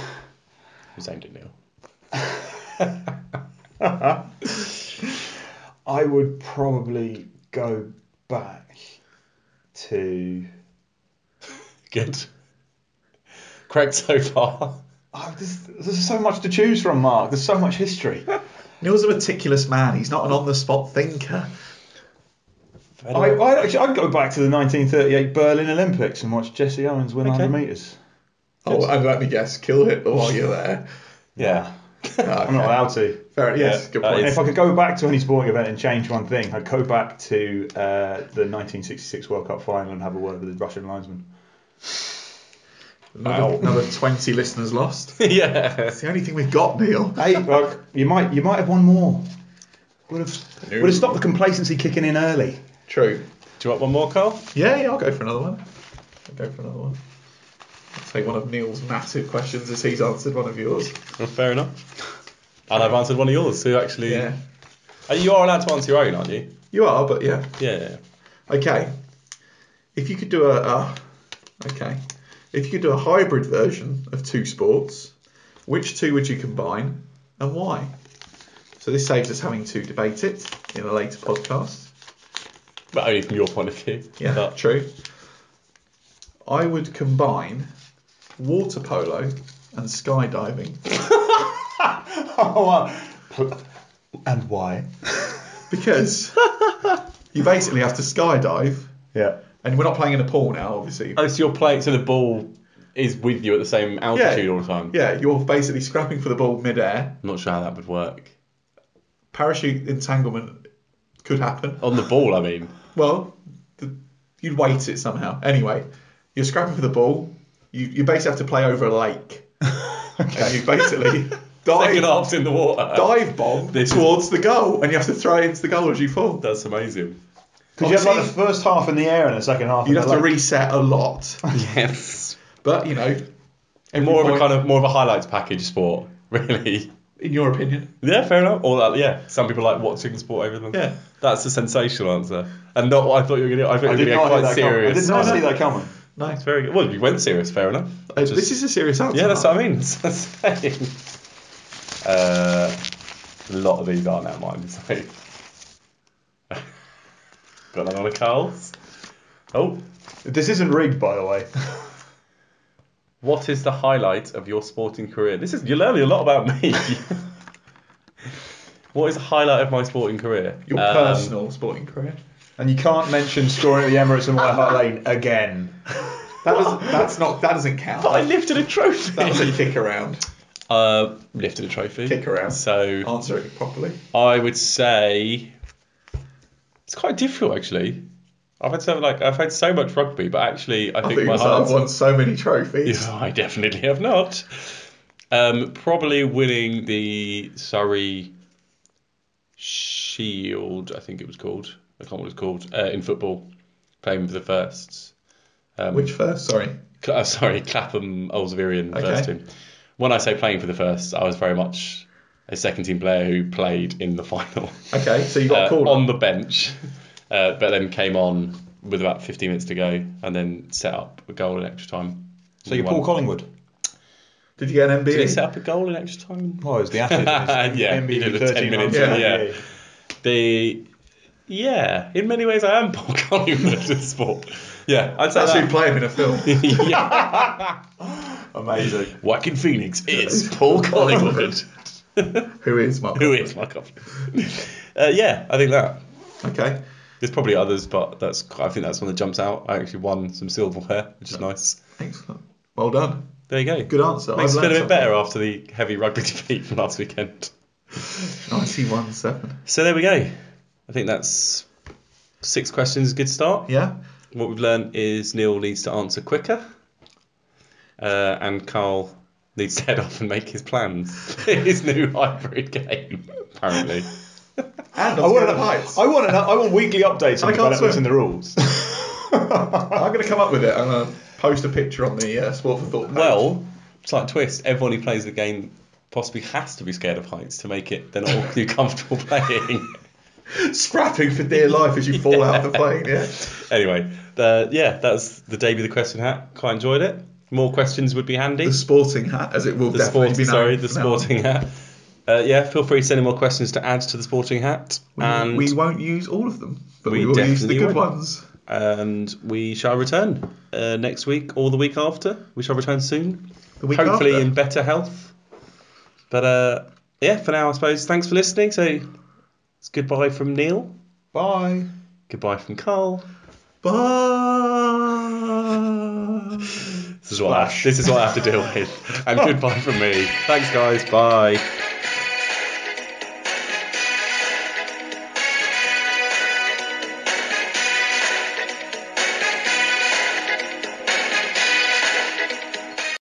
was aimed at Neil. I would probably go back to. Good. Correct so far. Oh, there's, there's so much to choose from, Mark. There's so much history. Neil's a meticulous man. He's not an on-the-spot thinker. I, I, I actually, I'd go back to the 1938 Berlin Olympics and watch Jesse Owens win Okay. 100 metres. Oh, and let me guess, kill Hitler while you're there. yeah. I'm not allowed to. Fair, yes, Yeah, good that point. is- If I could go back to any sporting event and change one thing, I'd go back to uh, the 1966 World Cup final and have a word with the Russian linesman. Another, another 20 listeners lost. yeah. It's the only thing we've got, Neil. Hey, look, you might you might have one more. Would have No. would have stopped the complacency kicking in early. True. Do you want one more, Carl? Yeah, yeah, I'll go for another one. I'll go for another one. I'll take one of Neil's massive questions as he's answered one of yours. Well, fair enough. And I've answered one of yours, so actually. Yeah. Uh, You are allowed to answer your own, aren't you? You are, but yeah. Yeah. yeah, yeah. Okay. If you could do a, a okay, if you could do a hybrid version of two sports, which two would you combine and why? So this saves us having to debate it in a later podcast. But only from your point of view. Yeah, But true. I would combine water polo, and skydiving Oh, wow. Pl- And why? because you basically have to skydive, Yeah. and we're not playing in a pool now, obviously. Oh, so you're playing, so the ball is with you at the same altitude all the time. Yeah, you're basically scrapping for the ball midair. I'm not sure how that would work. Parachute entanglement could happen. On the ball, I mean. Well, the, you'd wait it somehow. Anyway, you're scrapping for the ball. You, you basically have to play over a lake. And you basically Second dive, half's in the water. dive bomb This- towards the goal, and you have to throw it into the goal as you fall. That's amazing. Because you have like the Obviously- first half in the air and the second half. in You'd have the to lake. reset a lot, Yes. but you know, every More of a point- kind of more of a highlights package sport, really. in your opinion. Yeah, fair enough. Or that, yeah. Some people like watching sport over them. Yeah. That's a sensational answer, and not what I thought you were gonna. I thought I you were did not gonna get quite hear that coming. I serious. did not No, see no. that Uh, coming. No, it's Very good. Well, you went serious. Fair enough. Just- this is a serious answer. yeah, that's Mark. what I mean. That's what I'm saying. Uh, a lot of these aren't out mine. So. Got that on a Carl's. Oh, This isn't rigged, by the way. what is the highlight of your sporting career? This is you're learning a lot about me. what is the highlight of my sporting career? your Um, personal sporting career. And you can't mention scoring at the Emirates and White Hart Lane again. That doesn't, that's not. That doesn't count. I lifted a trophy. that was a kick around. Uh, lifted a trophy. Kick around. So Answer it properly. I would say it's quite difficult actually. I've had so like I've had so much rugby, but actually I I think think my was like, I've highlights. won so many trophies. Yeah, I definitely have not. Um, probably winning the Surrey Shield, I think it was called. I can't remember what it's called. Uh, in football, playing for the firsts. Um, Which first? Sorry. Cl- uh, sorry, Clapham Oldsvirian Okay. first team. When I say playing for the first, I was very much a second team player who played in the final Okay, so you got uh, called on the bench, uh, but then came on with about 15 minutes to go and then set up a goal in extra time. So you're Won. Paul Collingwood. Did you get an E? Did he MBE? set up a goal in extra time? Oh, it's the athlete. Yeah, he did the 10 minutes, yeah. The yeah, in many ways I am Paul Collingwood in sport. Yeah, I'd say That's who that. play him in a film. yeah. Amazing. Joaquin Phoenix is Paul Collingwood. who is Mark? Who is my uh, yeah, I think that. Okay. There's probably others, but that's I think that's one that jumps out. I actually won some silverware, which is nice. Excellent. Well done. There you go. Good answer. Makes us feel I've a bit learned better after the heavy rugby defeat from last weekend. something. 91-7. So there we go. I think that's six questions. Good start. Yeah. What we've learned is Neil needs to answer quicker, uh, and Carl needs to head off and make his plans. for his new hybrid game, apparently. And I I'm want, going an, heights. I, want an, I want weekly updates on I can't swim. developments in the rules. I'm going to come up with it. I'm going to post a picture on the uh, Sport for Thought page. Well, slight twist. Everyone who plays the game possibly has to be scared of heights to make it. They're not all too comfortable playing. scrapping for dear life as you fall out of the plane. Yeah. anyway, uh, yeah, that's the debut of the question hat. Quite enjoyed it. More questions would be handy. The sporting hat, as it will The definitely sport- be known. sorry, the from now on. sporting hat. Uh, yeah, feel free to send in more questions to add to the sporting hat, and We won't use all of them, but We we, will use the definitely good won't. ones. and we shall return uh, next week or the week after. We shall return soon, The week hopefully after. in better health. But uh, yeah, for now, I suppose. Thanks for listening. So it's goodbye from Neil. Bye. Goodbye from Carl. Bye. This is what I, this is what I have to deal with. And goodbye from me. Thanks, guys. Bye.